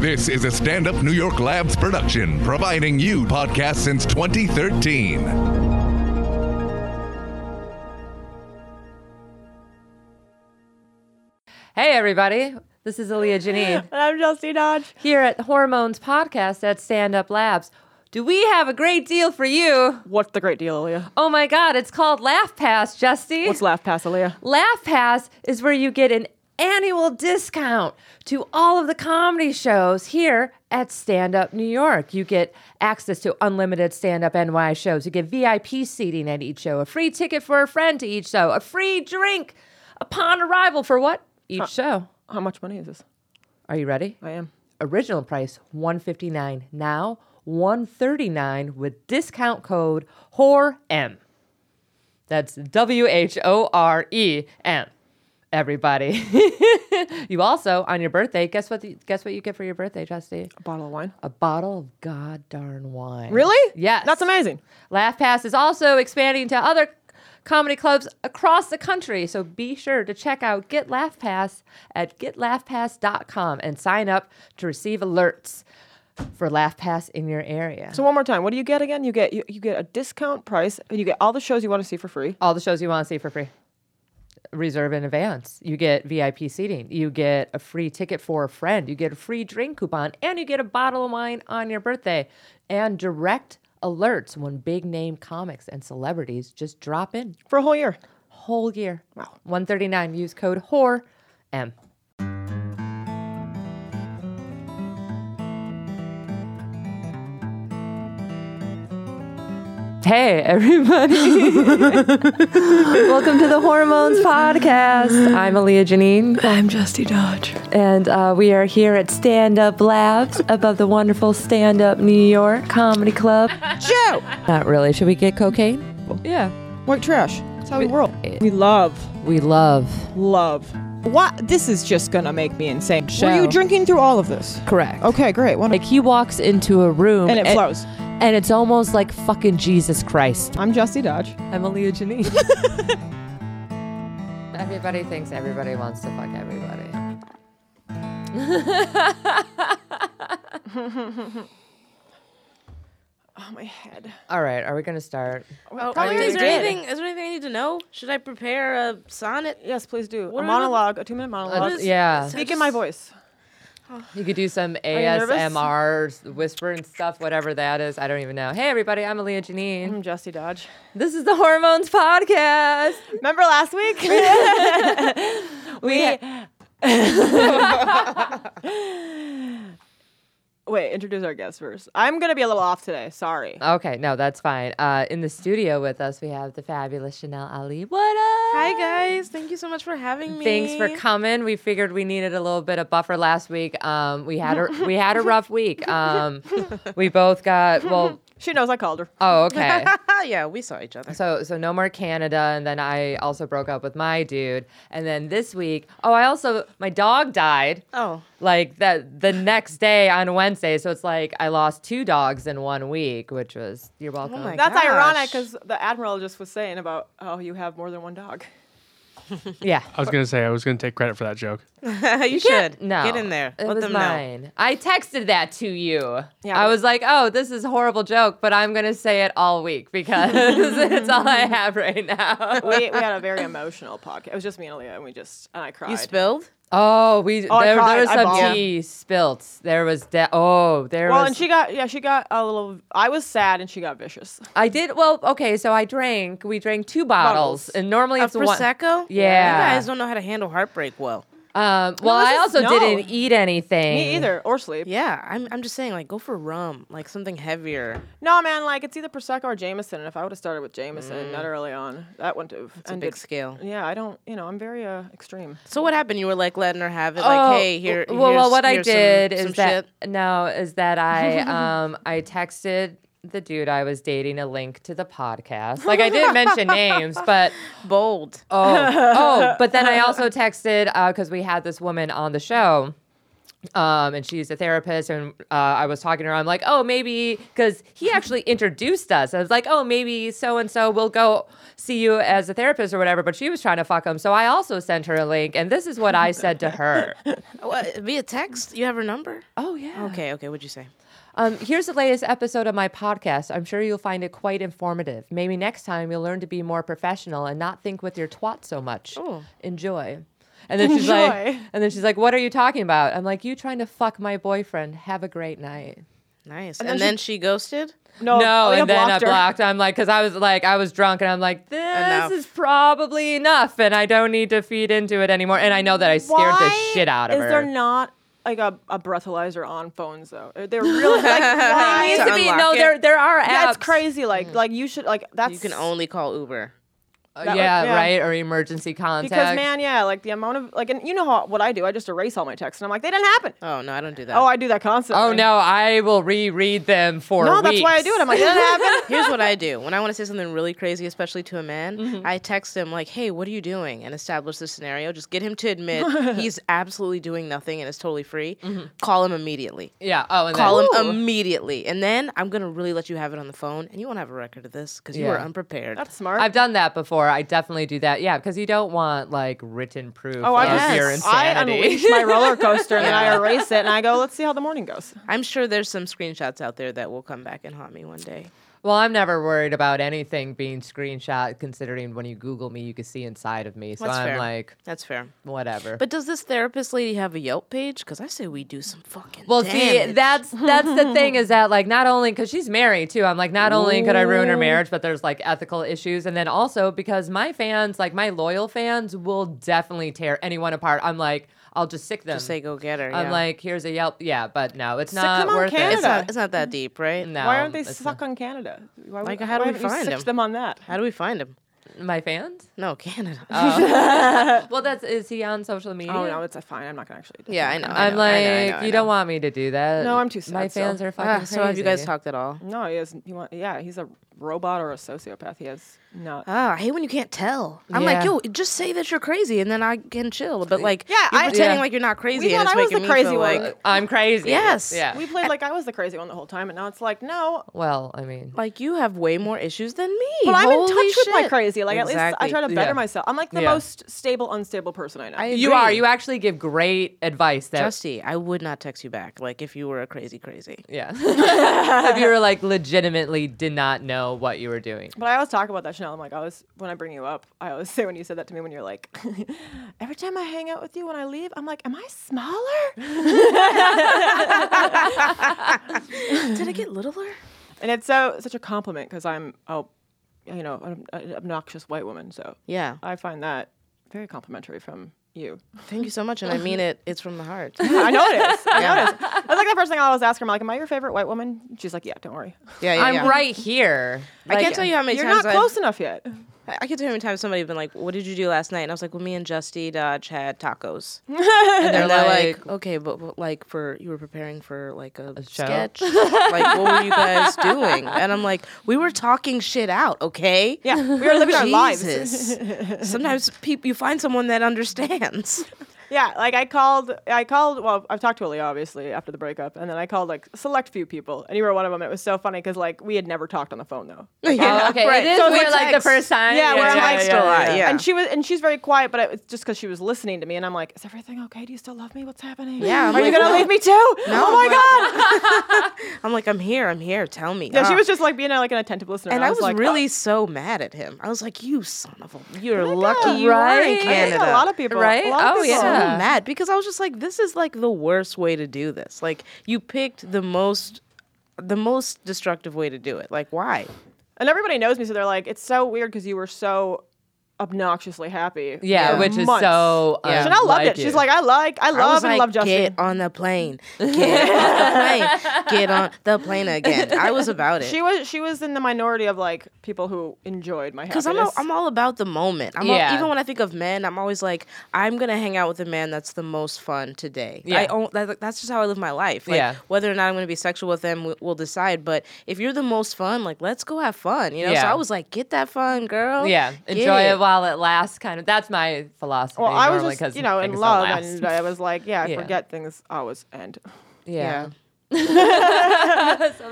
This is a stand up New York Labs production, providing you podcasts since 2013. Hey, everybody. This is Aaliyah Janine And I'm Chelsea Dodge. here at Hormones Podcast at Stand Up Labs. Do we have a great deal for you? What's the great deal, Aaliyah? Oh my God, it's called Laugh Pass, Justy. What's Laugh Pass, Aaliyah? Laugh Pass is where you get an annual discount to all of the comedy shows here at Stand Up New York. You get access to unlimited Stand Up NY shows. You get VIP seating at each show, a free ticket for a friend to each show, a free drink upon arrival for what? Each show. How much money is this? Are you ready? I am. Original price 159 now 139 with discount code HORM. That's W H O R E M. Everybody. you also on your birthday, guess what the, guess what you get for your birthday, Justy? A bottle of wine. A bottle of god darn wine. Really? Yes. That's amazing. Laugh Pass is also expanding to other comedy clubs across the country. So be sure to check out Get Laugh Pass at getlaughpass.com and sign up to receive alerts for Laugh Pass in your area. So one more time, what do you get again? You get you, you get a discount price, and you get all the shows you want to see for free. All the shows you want to see for free. Reserve in advance. You get VIP seating. You get a free ticket for a friend. You get a free drink coupon and you get a bottle of wine on your birthday and direct alerts when big name comics and celebrities just drop in. for a whole year. whole year. Wow. 139. Use code whore M. Hey everybody. Welcome to the Hormones Podcast. I'm Aaliyah Janine. I'm Justy Dodge. And uh, we are here at Stand Up Labs above the wonderful Stand Up New York Comedy Club. Joe, Not really. Should we get cocaine? yeah, white trash. That's how we roll. We love, We love. love. What? This is just gonna make me insane. Were Joe. you drinking through all of this? Correct. Okay, great. Wonder- Like he walks into a room And it flows. and it's almost like fucking Jesus Christ. I'm Justy Dodge. I'm Aaliyah Janine. everybody thinks everybody wants to fuck everybody. Oh my head. All right, are we gonna start? Oh, Probably is already there did. anything? Is there anything I need to know? Should I prepare a sonnet? Yes, please do. What a are the- monologue, a two-minute What monologue. is- yeah. so Speak in my just- voice. You could do some nervous? ASMR whisper and stuff, whatever that is. I don't even know. Hey, everybody, I'm Aaliyah Janine. I'm Justy Dodge. This is the Hormones Podcast. Remember last week? We Wait, introduce our guest first. I'm gonna be a little off today. Sorry. Uh, okay, no, that's fine. Uh, in the studio with us, we have the fabulous Chanel Ali. What up? Hi guys, thank you so much for having me. Thanks for coming. We figured we needed a little bit of buffer last week. Um, we had a we had a rough week. Um, we both got well. She knows I called her. Oh, okay. yeah, we saw each other. So so no more Canada, and then I also broke up with my dude, and then this week. Oh, I also my dog died. Oh, Like that the next day on Wednesday, so it's like I lost two dogs in one week, which was you're welcome. Oh my That's Gosh. ironic because the admiral just was saying about oh you have more than one dog. yeah, I was gonna say I was gonna take credit for that joke. you, should No, get in there. It Let was them know. mine. I texted that to you. Yeah, I but- was like, "Oh, this is a horrible joke," but I'm gonna say it all week because it's all I have right now. We, we had a very emotional podcast. It was just me and Aaliyah, and we just and I cried. You spilled. oh, we I there, cried. there was I some bawled. tea spilt. There was de- oh, there well, was. and she got yeah she got a little. I was sad and she got vicious. I did well. Okay, so I drank. We drank two bottles, Bottles. and normally A it's one. prosecco. Yeah. You guys don't know how to handle heartbreak well. Um, well, I this also is- no. didn't eat anything. Me either or sleep. Yeah, I'm. I'm just saying, like, go for rum, like something heavier. No man, like it's either prosecco or Jameson. And if I would have started with Jameson not early on, that wouldn't have It's Mm. a big scale. Yeah, I don't. You know, I'm very uh, extreme. So what happened? You were like letting her have it. Like, Oh, hey, here. Well, well, here's- what I here's some- did is some that shit. no, is that I um I texted the dude I was dating a link to the podcast. Like I didn't mention names, but bold. uh, oh oh, but then I also texted because we had this woman on the show. um, and she's a therapist. And uh, I was talking to her. I'm like, oh, maybe because he actually introduced us. I was like, oh, maybe so and so will go see you as a therapist or whatever. But she was trying to fuck him, so I also sent her a link. And this is what I said to her. Oh, uh, via text? You have her number? oh yeah. Okay, okay. What'd you say? Um, here's the latest episode of my podcast. I'm sure you'll find it quite informative. Maybe next time you'll learn to be more professional and not think with your twat so much. Oh. Enjoy. And then she's like, Enjoy. and then she's like, "What are you talking about?" I'm like, "You trying to fuck my boyfriend? Have a great night." Nice. And, then she, ghosted? No, oh, no, Leah and then blocked I her. Oh, blocked. I'm like, because I was like, I was drunk, and I'm like, this Enough. is probably enough, and I don't need to feed into it anymore. And I know that I scared Why the shit out of is her. there not like a, a breathalyzer on phones though? They're really like why? There needs to To be unlock no. it? There, there are apps. Hmm. That's crazy. Like like you should like that's You can only call Uber. Uh, That- yeah, yeah. right. Or emergency contact. because man, yeah, like the amount of like and you know how, what I do? I just erase all my texts and I'm like they didn't happen. Oh, no, I don't do that. Oh, I do that constantly. Oh no, I will reread them for No, that's why I weeks. do it. I'm like, didn't happen. Here's what I do. When I want to say something really crazy, especially to a man, I text him like, "Hey, what are you doing?" and establish the scenario. Just get him to admit he's absolutely doing nothing and is totally free. Call him immediately. yeah. Oh, and Call then, him immediately, and then I'm gonna really let you have it on the phone, and you won't have a record of this because you were Yeah. unprepared. That's smart. I've done that before. I definitely do that. Yeah, because you don't want like written proof of Oh, I just your I insanity. unleash my roller coaster and then I erase it and I go, let's see how the morning goes. I'm sure there's some screenshots out there that will come back and haunt me one day. well, I'm never worried about anything being screenshot, considering when you Google me, you can see inside of me. So That's I'm fair. like, That's fair. whatever. But does this therapist lady have a Yelp page? Because I say we do some fucking. well, see, damage. that's that's the thing is that like not only because she's married too, I'm like not only could I ruin her marriage, but there's like ethical issues, and then also because my fans, like my loyal fans, will definitely tear anyone apart. I'm like, I'll just sick them. Just say go get her. I'm yeah. Uh, like, here's a Yelp. Yeah, but no, it's not them on worth it's Canada. it. not, it's not that deep, right? No, why aren't they it's suck on Canada? Why, Like, would- how do why we haven't you find sixed them? them on that? How do we find him? not- my fans. No, Canada. Oh, Well, that's is he on social media? Uh, Oh no, it's a fine. I'm not gonna actually. do yeah, I know. I I'm know, I like, know, I know, I you know. don't want me to do that. No, I'm too sad My still. fans are fucking Ah, crazy. so have you guys talked at all? No, he has. He want, yeah, he's a robot or a sociopath. He has no. Ah, I hate when you can't tell. I'm like, Yeah. yo, just say that you're crazy, and then I can chill. But like, Yeah, you're I- pretending Yeah. like you're not crazy. We and thought it's I was making the me crazy feel one. Like, I'm crazy. Yes. Yeah. we played like I was the crazy one the whole time, and now it's like no. well, I mean, like you have way more issues than me. But I'm in Holy touch with my shit. crazy. Like at least I Exactly. try to better Yeah. myself. I'm like the Yeah. most stable, unstable person I know. I- you are. agree. You actually give great advice. That Justy, I would not text you back. Like if you were a crazy crazy. yeah. if you were like legitimately did not know what you were doing. but I always talk about that, Chanel. I'm like, I always when I bring you up, I always say when you said that to me when you're like, every time I hang out with you when I leave, I'm like, am I smaller? Did I get littler? And it's so such a compliment because I'm oh, you know, an, an obnoxious white woman. So Yeah. I find that very complimentary from you. Thank you so much, and I mean it. It's from the heart. I know it is. I know it is. That's like the first thing I always ask her. I'm like, "Am I your favorite white woman?" She's like, "Yeah, don't worry. Yeah, yeah, I'm yeah. right here. I Like, can't tell you how many You're times not I've- close enough yet." I I could tell you how many times somebody had been like, "What did you do last night?" And I was like, "Well, me and Justy Dodge had tacos." and they're, like, "Okay, but, but like for you were preparing for like a, show? sketch, like what were you guys doing?" And I'm like, "We were talking shit out, okay? Yeah, we are living our lives. Jesus. Sometimes people you find someone that understands. Yeah, like I called, I called. Well, I've talked to Ali obviously after the breakup, and then I called like select few people, and you were one of them. It was so funny because like we had never talked on the phone though. Oh, okay. It is So it's weird, like like, the text. first time. Yeah, where I'm like- Text a lot, yeah. And she was, and she's very quiet, but it's just because she was listening to me, and I'm like, "Is everything okay? Do you still love me? What's happening? Yeah, I'm are you like, gonna no. leave me too? oh my god!" I'm like, "I'm here, I'm here. Tell me." Yeah, she Ah. was just like being like an attentive listener, and I was like, "Oh." really so mad at him. I was like, "You son of a, you're lucky God. you are in Right? I think "Oh, I think Canada." a lot of people, Right? A lot of Oh, people- so yeah. mad because I was just like, this is like the worst way to do this. Like you picked the most the most destructive way to do it. Like why? And everybody knows me, so they're like, it's so weird because you were so obnoxiously happy. Yeah, for which is months." so. Yeah. Chanel loved unlike it. you. She's like, I like, I I was love and like, love get Justin. on the plane. Get on the plane. Get on the plane again. I was about it. She was she was in the minority of like people who enjoyed my happiness. because I'm, all, I'm all about the moment. I'm Yeah. all, even when I think of men, I'm always like, I'm gonna hang out with the man that's the most fun today. Yeah. I own, that, that's just how I live my life. Like, Yeah. Whether or not I'm gonna be sexual with them, we, we'll decide. But if you're the most fun, like, let's go have fun. You know. So Yeah. I was like, get that fun, girl. Yeah, Get enjoy it. it while while it lasts, kind of. That's my philosophy. Well, I was normally, just, 'cause you know, in things don't love, last. and I was like, yeah, I Yeah. forget things always end. yeah.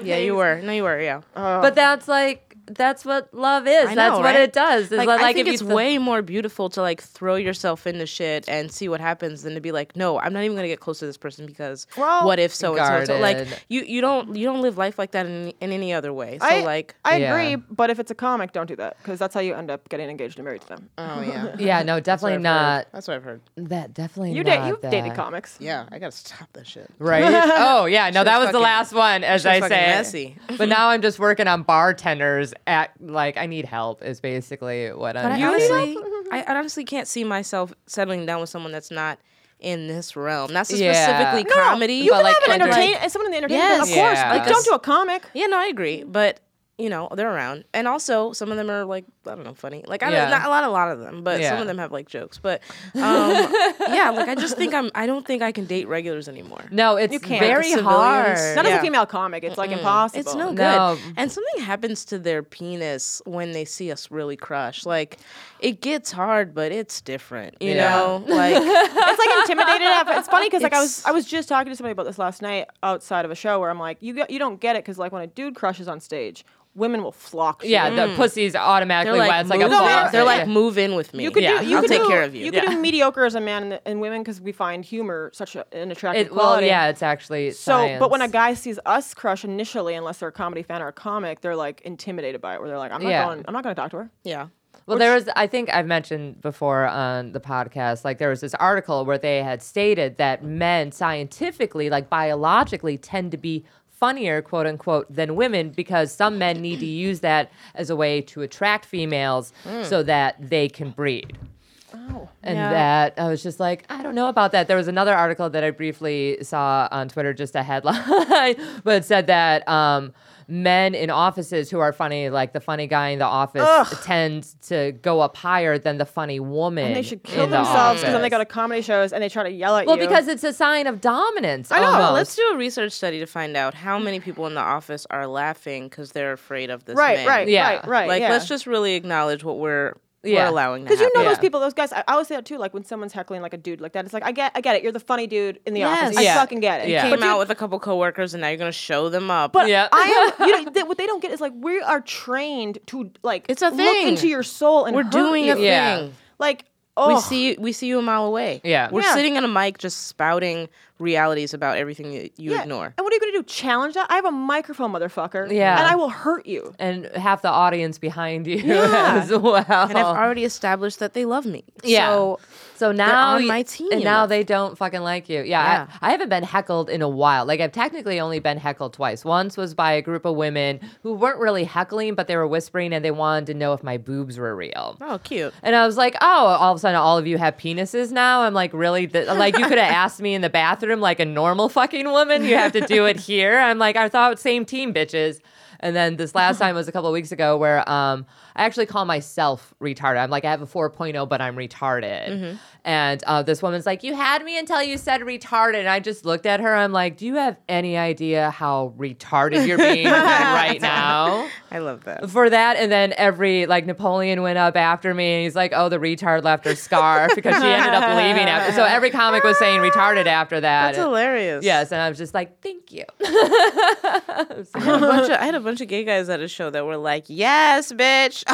Yeah, you were. No, you were. Yeah. Oh. But that's like that's what love is. I that's know, what right? it does. It's Like, like, I like think if it's you way more beautiful to like throw yourself into shit and see what happens than to be like, no, I'm not even gonna get close to this person because Well- what if so and so? Like Guarded. you, you don't you don't live life like that in in any other way. So I, like, I Yeah. agree, but if it's a comic, don't do that because that's how you end up getting engaged and married to them. oh yeah, yeah, no, definitely not. That's what I've heard. That definitely you Uh-huh. not. date, you've dated that. comics. Yeah, I gotta stop that shit. right? Oh yeah, no, She that was was the fucking- last one, as she was I fucking say. messy. but now I'm just working on bartenders. At like, I need help. Is basically what But I'm. I doing. honestly, I honestly can't see myself settling down with somemeone that's not in this realm. Not so Yeah. specifically No, no, comedy. you can but, have like, an under- entertain- Entertain as someone in the entertainment, Yes. of course. Yeah. Like, don't do a comic. Yeah, no, I agree. But you know, they're around, and also some of them are like I don't know, funny. Like I Yeah. don't not a lot, a lot of them, but some Yeah. of them have like jokes. But um, yeah, like I just think I'm. I don't think I can date regulars anymore. no, it's can't. very Civilians. hard. Not as Yeah. a female comic. It's like impossible. It's no good. No. And something happens to their penis when they see us really crush. Like, it gets hard, but it's different. You Yeah. know, like it's like intimidated. at- It's funny because like I was It's- I was just talking to somebody about this last night outside of a show where I'm like, you got, you don't get it because like when a dude crushes on stage, women will flock. to yeah, you. the pussy's Mm. they're automatically wet. like, It's like a move in- bar. they're like Yeah. move in with me. You could Yeah, do. You I'll could take do- care of you. You could do mediocre as a man and, and women because we find humor such a, an attractive It, well, quality. yeah, it's actually So, but when a science. guy sees us crush initially, unless they're a comedy fan or a comic, they're like intimidated by it. Where they're like, I'm not Yeah. going. I'm not going to talk to her. yeah. Well, there was, I think I've mentioned before on the podcast, like there was this article where they had stated that men scientifically, like biologically, tend to be funnier, quote unquote, than women because some men need to use that as a way to attract females Hmm. so that they can breed. And Yeah. that I was just like, I don't know about that. There was another article that I briefly saw on Twitter, just a headline, but it said that um, men in offices who are funny, like the funny guy in the office, tends to go up higher than the funny woman. And they should kill in the themselves because then they office. go to comedy shows and they try to yell at Well, you. because it's a sign of dominance. know, Almost. Let's do a research study to find out how many people in the office are laughing because they're afraid of this right, man. right, Yeah. right, right. Like, yeah. let's just really acknowledge what we're Yeah. we're allowing. Because you know Yeah. those people, those guys. I, I always say that too. Like when someone's heckling like a dude like that, it's like I get, I get it. You're the funny dude in the Yes. office. Yeah. I fucking get it. Yeah. came But, dude, out with a couple coworkers, and now you're gonna show them up. but Yeah. I am. You know, they, what they don't get is like we are trained to like It's a look thing. into your soul and we're hurt doing you. a Yeah. thing. Like oh, We see you, we see you a mile away. Yeah. we're Yeah. sitting in a mic just spouting realities about everything you, you yeah. ignore. And what are you gonna do? Challenge that? I have a microphone, motherfucker. Yeah. and I will hurt you. and half the audience behind you Yeah. as well. And I've already established that they love me. Yeah. So So now on y- my team. and now they don't fucking like you. Yeah, Yeah. I, I haven't been heckled in a while. Like I've technically only been heckled twice. Once was by a group of women who weren't really heckling, but they were whispering and they wanted to know if my boobs were real. oh, cute. And I was like, oh, all of a sudden, all of you have penises now. I'm like, really? Th- like, you could have asked me in the bathroom like a normal fucking woman. You have to do it here. I'm like, I thought same team, bitches. And then this last time was a couple of weeks ago where um, I actually call myself retarded. I'm like, I have a 4.0, but I'm retarded. And uh, this woman's like, You had me until you said retarded. And I just looked at her. I'm like, Do you have any idea how retarded you're being right now? I love that. for that and then every like napoleon went up after me and he's like oh the retard left her scarf because she ended up leaving after so every comic was saying retarded after that That's hilarious. yes and i was just like thank you I had, a bunch of, I had a bunch of gay guys at a show that were like, "Yes, bitch."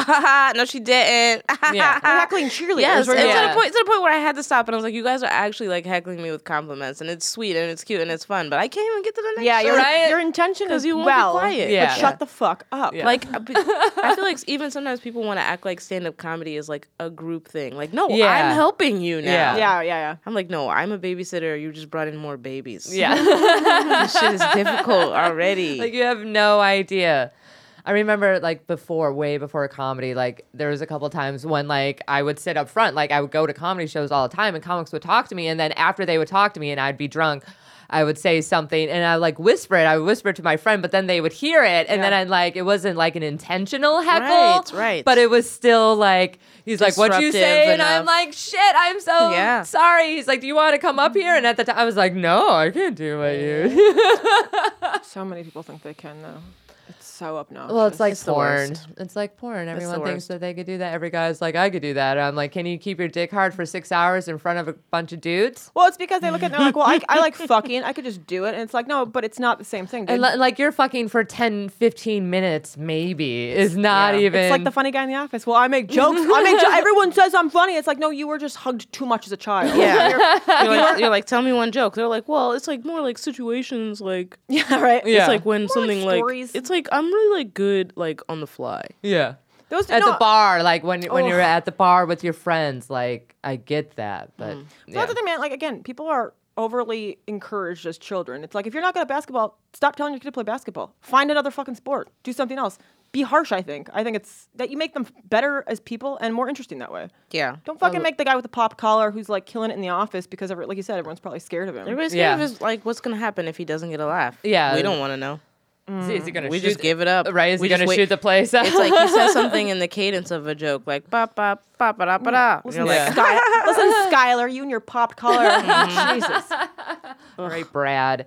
no, she didn't. Yeah. They're heckling cheerleaders. Ah, Yes, right? it's Yeah. at a point to the point where I had to stop and I was like, "You guys are actually like heckling me with compliments, and it's sweet and it's cute and it's fun, but I can't even get to the next." yeah. Your Right? your intention is you won't be well, quiet. but Yeah. shut the fuck up. Yeah. Like, I be- I feel like even sometimes people want to act like stand up comedy is like a group thing. Like, no, Yeah. I'm helping you now. Yeah. yeah, yeah, yeah. I'm like, no, I'm a babysitter. You just brought in more babies. yeah this shit is difficult already. like you have no idea i remember like before way before comedy like there was a couple times when like i would sit up front like i would go to comedy shows all the time and comics would talk to me and then after they would talk to me and i'd be drunk I would say something and I would, like whisper it. I would whisper it to my friend, but then they would hear it. And then I'd like, it wasn't like an intentional heckle. Right, right. But it was still like, he's like, what'd you say? Disruptive And I'm enough. like, shit, I'm so Yeah. sorry. He's like, do you want to come up here? And at the time, I was like, no, I can't do what you. So many people think they can though. It's so obnoxious. Well, it's like It's the porn. worst. It's like porn. Everyone thinks worst. that they could do that. Every guy's like, I could do that. I'm like, can you keep your dick hard for six hours in front of a bunch of dudes? Well, it's because they look at it and they're like, well, I, I like fucking. I could just do it. And it's like, no, but it's not the same thing. dude. And li- like you're fucking for 10, 15 minutes, maybe is not even. It's like the funny guy in the office. Well, I make jokes. I make jo- everyone says I'm funny. It's like, no, you were just hugged too much as a child. Yeah. you're, like, you're like, tell me one joke. They're like, well, it's like more like situations like yeah, right. Yeah. it's like when like something like, stories. it's like I'm really like good like on the fly. yeah. Those At no, the bar, like when when you're Ugh. at the bar with your friends, like I get that, but So That's the thing, man. Like again, people are overly encouraged as children. It's like if you're not good at basketball, stop telling your kid to play basketball. Find another fucking sport. Do something else. Be harsh. I think. I think it's that you make them better as people and more interesting that way. Yeah. Don't fucking make the guy with the pop collar who's like killing it in the office because, every, like you said, everyone's probably scared of him. Everybody's Yeah. scared of his, like what's gonna happen if he doesn't get a laugh. Yeah. We don't wanna know. Is he- is he gonna We shoot just the- give it up. Uh, Right? Is we he gonna just wait- shoot the place? Out? It's like he says something in the cadence of a joke, like ba ba ba ba da ba da. And You're Yeah. like, Sky- Listen, Skylar, you and your popped collar. Jesus, right, Brad.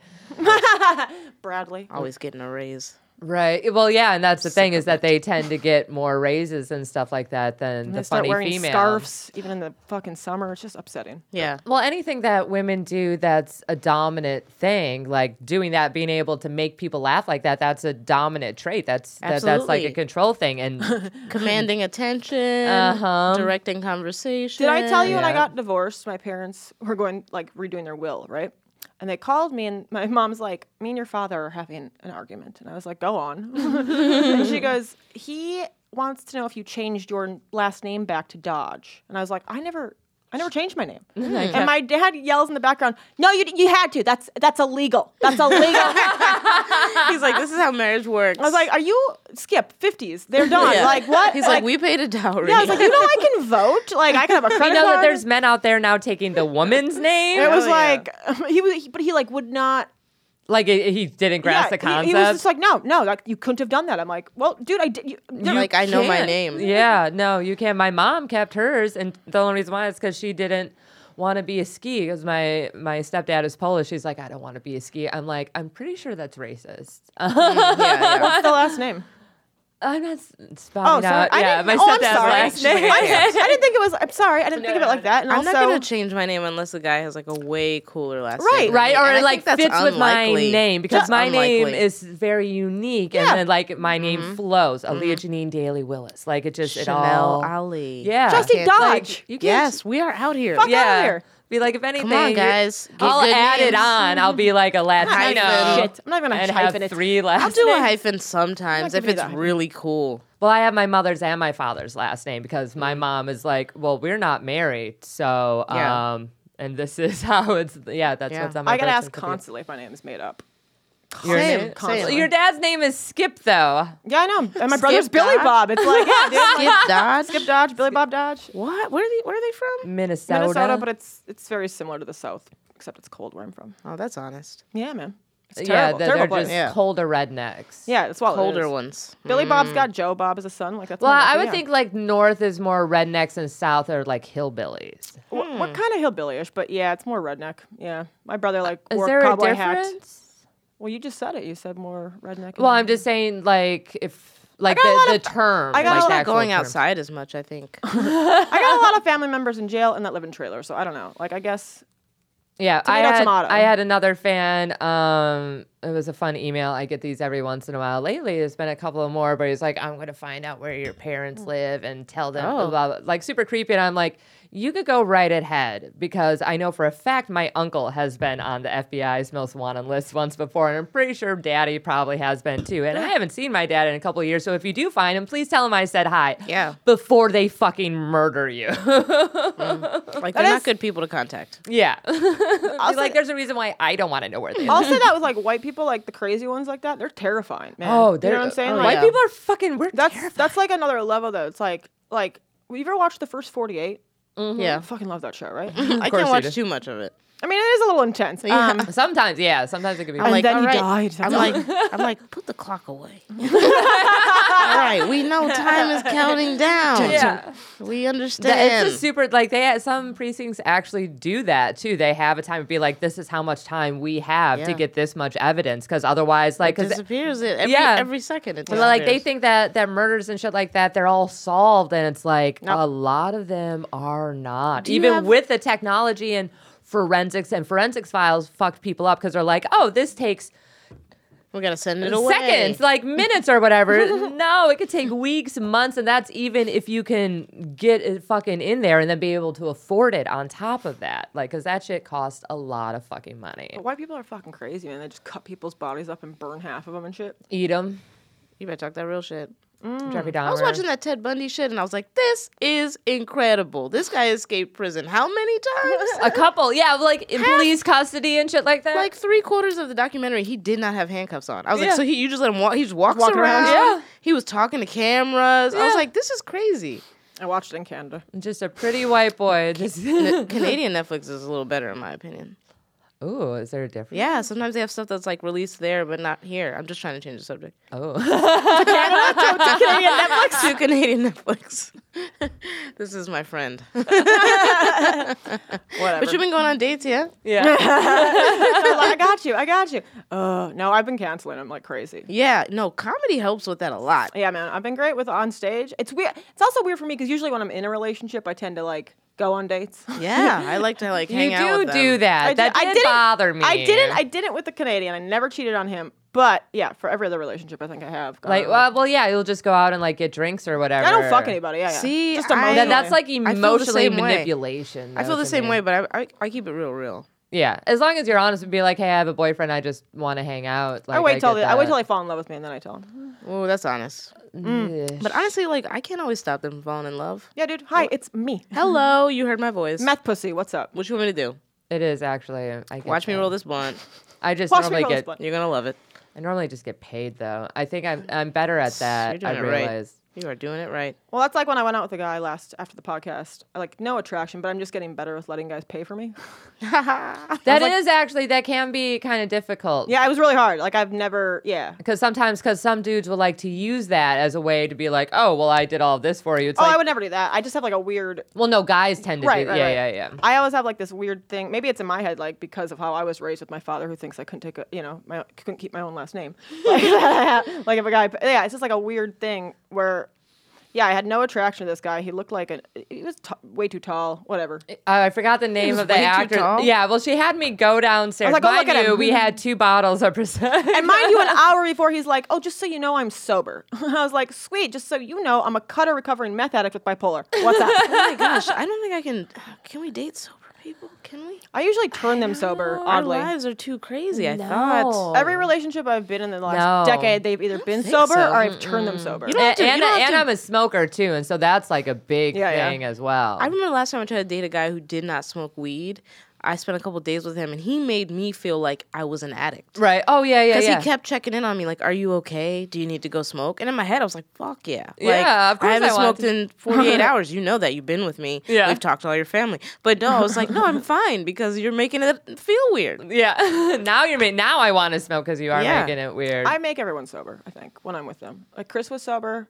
Bradley. always getting a raise. Right. Well, yeah, and that's the thing is that they tend to get more raises and stuff like that than They the start funny wearing female. scarves even in the fucking summer. It's just upsetting. Yeah. Well, anything that women do that's a dominant thing, like doing that, being able to make people laugh like that, that's a dominant trait. That's that, that's like a Absolutely. control thing. And Commanding attention, Uh-huh. directing conversation. Did I tell you when I Yeah. got divorced, my parents were going like redoing their will, right? And they called me, and my mom's like, "Me and your father are having an argument." And I was like, "Go on." and she goes, "He wants to know if you changed your n- last name back to Dodge." And I was like, "I never." I never changed my name, and my dad yells in the background, "No, you d- you had to. That's that's illegal. That's illegal." He's like, this is how marriage works. I was like, "Are you skip fifties? They're done. Yeah. Like what?" He's like, we paid a dowry. yeah, I was like, "You know, I can vote. Like I can have a you credit know that card." there's men out there now taking the woman's name. It was Hell Oh, yeah. like he was, he, but he like would not. like it, he didn't grasp yeah, the concept. He, he was just like, no, no, like you couldn't have done that. I'm like, well, dude, I did. You, dude, like, I know my can't. name. Yeah, no, you can't. My mom kept hers, and the only reason why is because she didn't want to be a ski. Because my my stepdad is Polish. She's like, I don't want to be a ski. I'm like, I'm pretty sure that's racist. Yeah, yeah. what's the last name? I'm not s- Oh, spouting sorry. out. I yeah, didn't, my oh, I'm stepdad's sorry. last I, name. didn't- I didn't think it was. I'm sorry. I didn't think of it like that. And I'm also, not gonna change my name unless the guy has like a way cooler last Right, name. than Right, me. And I or it think like that's fits with my unlikely. name because Just my name unlikely. Mm-hmm. is very unique, Yeah. and then like my name flows. Aaliyah Janine Daly Willis, like it just it all. Chanel Ali. Yeah, Justin Can't- Like, Dodge. you can't Yes, we are out here. Fuck yeah. outta here. Be like, if anything, on, guys. Get I'll good add it names. on. I'll be like a Latino. Hyphen. Shit. I'm not even gonna and hyphen have it. three last. I'll do a names. hyphen sometimes if giving you it's that. really cool. Well, I have my mother's and my father's last name because my Mm-hmm. mom is like, well, we're not married, so Yeah. um, and this is how it's. Yeah, that's Yeah. what's on my. I gotta birth ask certificate. constantly if my name is made up. Your Same, name- same. Your dad's name is Skip, though. Yeah, I know. And my brother's Skip Billy Dodge? Bob. It's like, yeah, dude. Skip Dodge. Skip Dodge, Billy Bob Dodge. What? Where are they? Where are they from? Minnesota. Minnesota, but it's it's very similar to the South, except it's cold where I'm from. Oh, that's honest. Yeah, man. It's yeah, terrible. they're, terrible they're place. just Yeah. colder rednecks. Yeah, that's what it Colder is. ones. Mm. Billy Bob's got Joe Bob as a son. Like that's Mm. Well, my I nephew, would yeah. think like north is more rednecks and south are like hillbillies. Wh- what, Hmm. kind of hillbillyish, but yeah, it's more redneck. Yeah, my brother like Uh, Is wore there a cowboy difference? hat. Well, you just said it. You said more redneck. and- Well, I'm just saying like if like got a the, lot the of- term. I got like a the lot of actual Going term. outside as much, I think. I got a lot of family members in jail and that live in trailers, so I don't know. Like I guess Yeah, I Tomato, had, tomato. I had another fan. Um, it was a fun email. I get these every once in a while. Lately, there's been a couple of more, but he's like, "I'm gonna find out where your parents live and tell them." Blah, Mm. Oh. blah, blah. Like super creepy, and I'm like, "You could go right ahead because I know for a fact my uncle has been on the FBI's most wanted list once before, and I'm pretty sure Daddy probably has been too. And I haven't seen my dad in a couple of years, so if you do find him, please tell him I said hi. Yeah. before they fucking murder you. Like they're not is- good people to contact. Yeah. He's say- like, there's a reason why I don't want to know where they I'll are. say that with like white people, like the crazy ones like that. They're terrifying, Oh, man. you know what I'm saying? White like, yeah. people are fucking weird. That's that's like another level though. It's like like have you ever watched the first 48? Yeah. I fucking love that show, right? I Mm-hmm. course can't you watch do. too much of it. I mean, it is a little intense. Um, Sometimes, yeah. Sometimes it could be. I'm And like, then "All he right." died. I'm That's- like, I'm like, put the clock away. All right, we know time is counting down. Yeah. We That- understand. it's a super like they had some precincts actually do that too. They have a time be like, this is how much time we have to Yeah. get this much evidence because otherwise, like, because disappears it every, Yeah. every second. It like they disappears. think that that murders and shit like that they're all solved, and it's like Nope. a lot of them are not. you Even have- with the technology and forensics and forensics files, fucked people up because they're like, oh, this takes we're gonna send it away. seconds, like minutes or whatever. no, it could take weeks, months, and that's even if you can get it fucking in there and then be able to afford it on top of that. Like, because that shit costs a lot of fucking money. But white people are fucking crazy, man. They just cut people's bodies up and burn half of them and shit. Eat them. you better talk that real shit. Jeffrey Dahmer. I was watching that Ted Bundy shit, and I was like, "This is incredible. This guy escaped prison how many times? A couple, yeah, like in police custody and shit like that. like three quarters of the documentary, he did not have handcuffs on. I was Yeah. like, so he you just let him walk? He just walks Walk around. around. Yeah. He was talking to cameras. I was Yeah. like, this is crazy. I watched it in Canada. just a pretty white boy. Just The Canadian Netflix is a little better, in my opinion. ooh, is there a difference? Yeah, sometimes they have stuff that's like released there, but not here. I'm just trying to change the subject. Oh, Canadian Netflix to Canadian Netflix. this is my friend. Whatever. But you've been going on dates, yeah? They're like, I got you. I got you. Uh, no, I've been canceling them like crazy. Yeah. No, comedy helps with that a lot. Yeah, man, I've been great with on stage. It's weird. It's also weird for me because usually when I'm in a relationship, I tend to like go on dates. Yeah, I like to like hang you out do with do them. that. I that I did bother me. I didn't. I didn't with the Canadian. I never cheated on him. But yeah, for every other relationship, I think I have. gone like, on, well, well, yeah, you'll just go out and like get drinks or whatever. I don't fuck anybody. Yeah, yeah. See, just I- emotionally. That, that's like I feel the emotionally same way. manipulation. I though, feel the to same me. way, but I, I I keep it real, real. Yeah, as long as you're honest and be like, "Hey, I have a boyfriend. I just want to hang out." Like, I wait till get they, I wait till that. they fall in love with me and then I tell them. Oh, that's honest. Yeah. mm, But honestly, like I can't always stop them from falling in love. Yeah, dude. Hi, it's me. Hello, you heard my voice. Meth pussy. What's up? What you want me to do? It is actually. I get Watch me that. roll this blunt. I just Watch me normally roll this get. blunt. You're gonna love it. I normally just get paid though. I think I'm I'm better at You're that. doing I it right. realize. You are doing it right. Well, that's like when I went out with a guy last after the podcast. I like no attraction, but I'm just getting better with letting guys pay for me. That is actually that can be kind of difficult. Yeah, it was really hard. Like I've never. Yeah. Because sometimes, because some dudes will like to use that as a way to be like, "Oh, well, I did all of this for you." It's Oh, like, I would never do that. I just have like a weird well, no, guys tend to right, do. right, yeah, right. yeah, yeah. I always have like this weird thing. Maybe it's in my head, like because of how I was raised with my father, who thinks I couldn't take a, you know, my couldn't keep my own last name. Like, like if a guy, yeah, it's just like a weird thing where, yeah, I had no attraction to this guy. He looked like an, he was t- way too tall, whatever. Uh, I forgot the name was of the way too actor. tall. Yeah, well, she had me go downstairs. I oh, was like, "Go Mind look at you, him." we had two bottles of Prosecco. And mind you, an hour before he's like, "Oh, just so you know, I'm sober." I was like, "Sweet, just so you know, I'm a cutter recovering meth addict with bipolar." What's up? Oh my gosh, I don't think I can. Can we date sober people? Can we? I usually turn them sober. Oddly, Our lives are too crazy. I thought. every relationship I've been in the Oh. No. last decade, they've either been think sober so. or I've turned them sober. You don't have and, to- you and, don't have and to- I'm a smoker too, and so that's like a big Yeah, yeah. thing as well. I remember last time I tried to date a guy who did not smoke weed. I spent a couple days with him, and he made me feel like I was an addict. right? Oh yeah, yeah, Because yeah. he kept checking in on me, like, "Are you okay? Do you need to go smoke?" And in my head, I was like, "Fuck yeah, like, Yeah, of course I haven't I want smoked to." in 48 hours. You know that you've been with me. Yeah. we've talked to all your family. But no, I was like, "No, I'm fine," because you're making it feel weird. yeah. now you're ma- now I want to smoke because you are Yeah. making it weird. I make everyone sober, I think, when I'm with them. Like Chris was sober,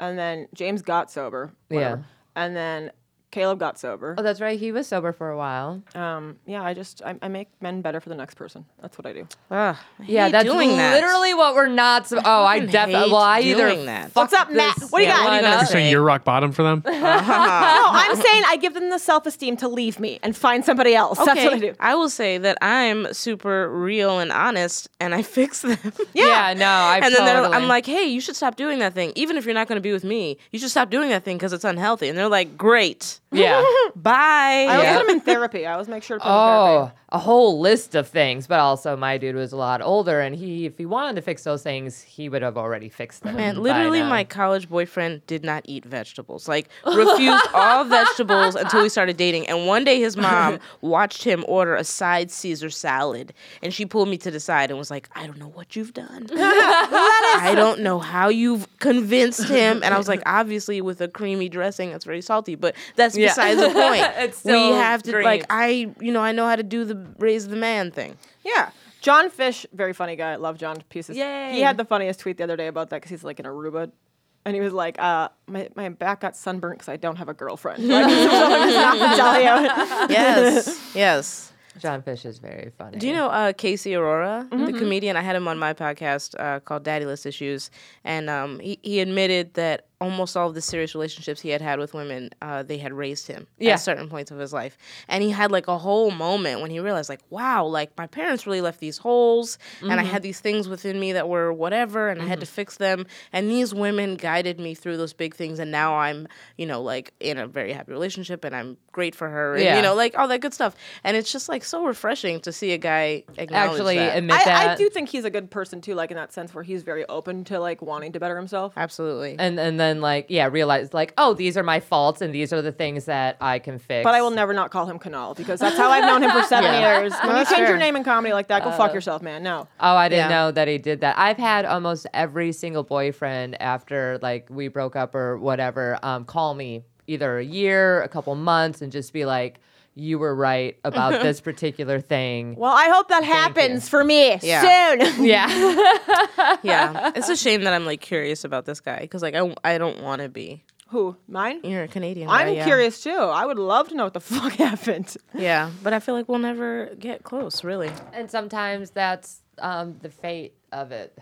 and then James got sober. Whatever. Yeah. And then Caleb got sober. oh, that's right. He was sober for a while. Um, yeah, I just I, I make men better for the next person. That's what I do. Ugh, I Yeah, hate that's doing that. literally what we're not. sup- oh, I fucking definitely. hate Well, I either. doing that. fuck What's up, Matt? this What do you one got? What do you up- got? You're saying Hey. you're rock bottom for them? No, I'm saying I give them the self esteem to leave me and find somebody else. That's what I do. will say that I'm super real and honest, and I fix them. Yeah, no, I and then they're- totally- I'm like, hey, you should stop doing that thing. Even if you're not going to be with me, you should stop doing that thing because it's unhealthy. And they're like, great, Yeah. bye. I always Yeah. put them in therapy. I always make sure to put them in Oh, therapy. a whole list of things. But also, my dude was a lot older, and he, if he wanted to fix those things, he would have already fixed them. Man, by literally, now. my college boyfriend did not eat vegetables. Like, refused all vegetables until we started dating. And one day, his mom watched him order a side Caesar salad, and she pulled me to the side and was like, "I don't know what you've done. I don't know how you've convinced him. And I was like, obviously, with a creamy dressing, that's very salty, but that's Yeah. besides the point. It's we still have to, green. like, I, you know, I know how to do the raise the man thing. Yeah. John Fish, very funny guy. Love John pieces. Yay. He had the funniest tweet the other day about that because he's like in Aruba. And he was like, uh, my, my back got sunburnt because I don't have a girlfriend. Like, he's not gonna tell you. Yes, yes. John Fish is very funny. Do you know uh, Casey Aurora, the Mm-hmm. comedian? I had him on my podcast uh, called Daddyless Issues, and um, he, he admitted that almost all of the serious relationships he had had with women, uh, they had raised him Yeah. at certain points of his life. And he had like a whole moment when he realized, like, wow, like my parents really left these holes, and Mm-hmm. I had these things within me that were whatever, and I had to fix them. And these women guided me through those big things, and now I'm, you know, like in a very happy relationship, and I'm great for her, and Yeah. you know, like all that good stuff. And it's just like so refreshing to see a guy acknowledge actually that. admit that? I, I do think he's a good person too, like in that sense where he's very open to like wanting to better himself. Absolutely. and and then like yeah, realize like oh these are my faults and these are the things that I can fix. But I will never not call him Canal because that's how I've known him for seven years. When you that's change fair. your name in comedy like that, go fuck Uh, yourself, man. No. Oh, I didn't Yeah. know that he did that. I've had almost every single boyfriend after like we broke up or whatever um, call me either a year, a couple months, and just be like, "You were right about this particular thing." Well, I hope that happens for me Yeah. soon. Yeah, yeah. It's a shame that I'm like curious about this guy because like I, I don't want to be. Who? Mine? You're a Canadian. I'm right? Yeah. curious too. I would love to know what the fuck happened. Yeah, but I feel like we'll never get close, really. and sometimes that's um, the fate of it.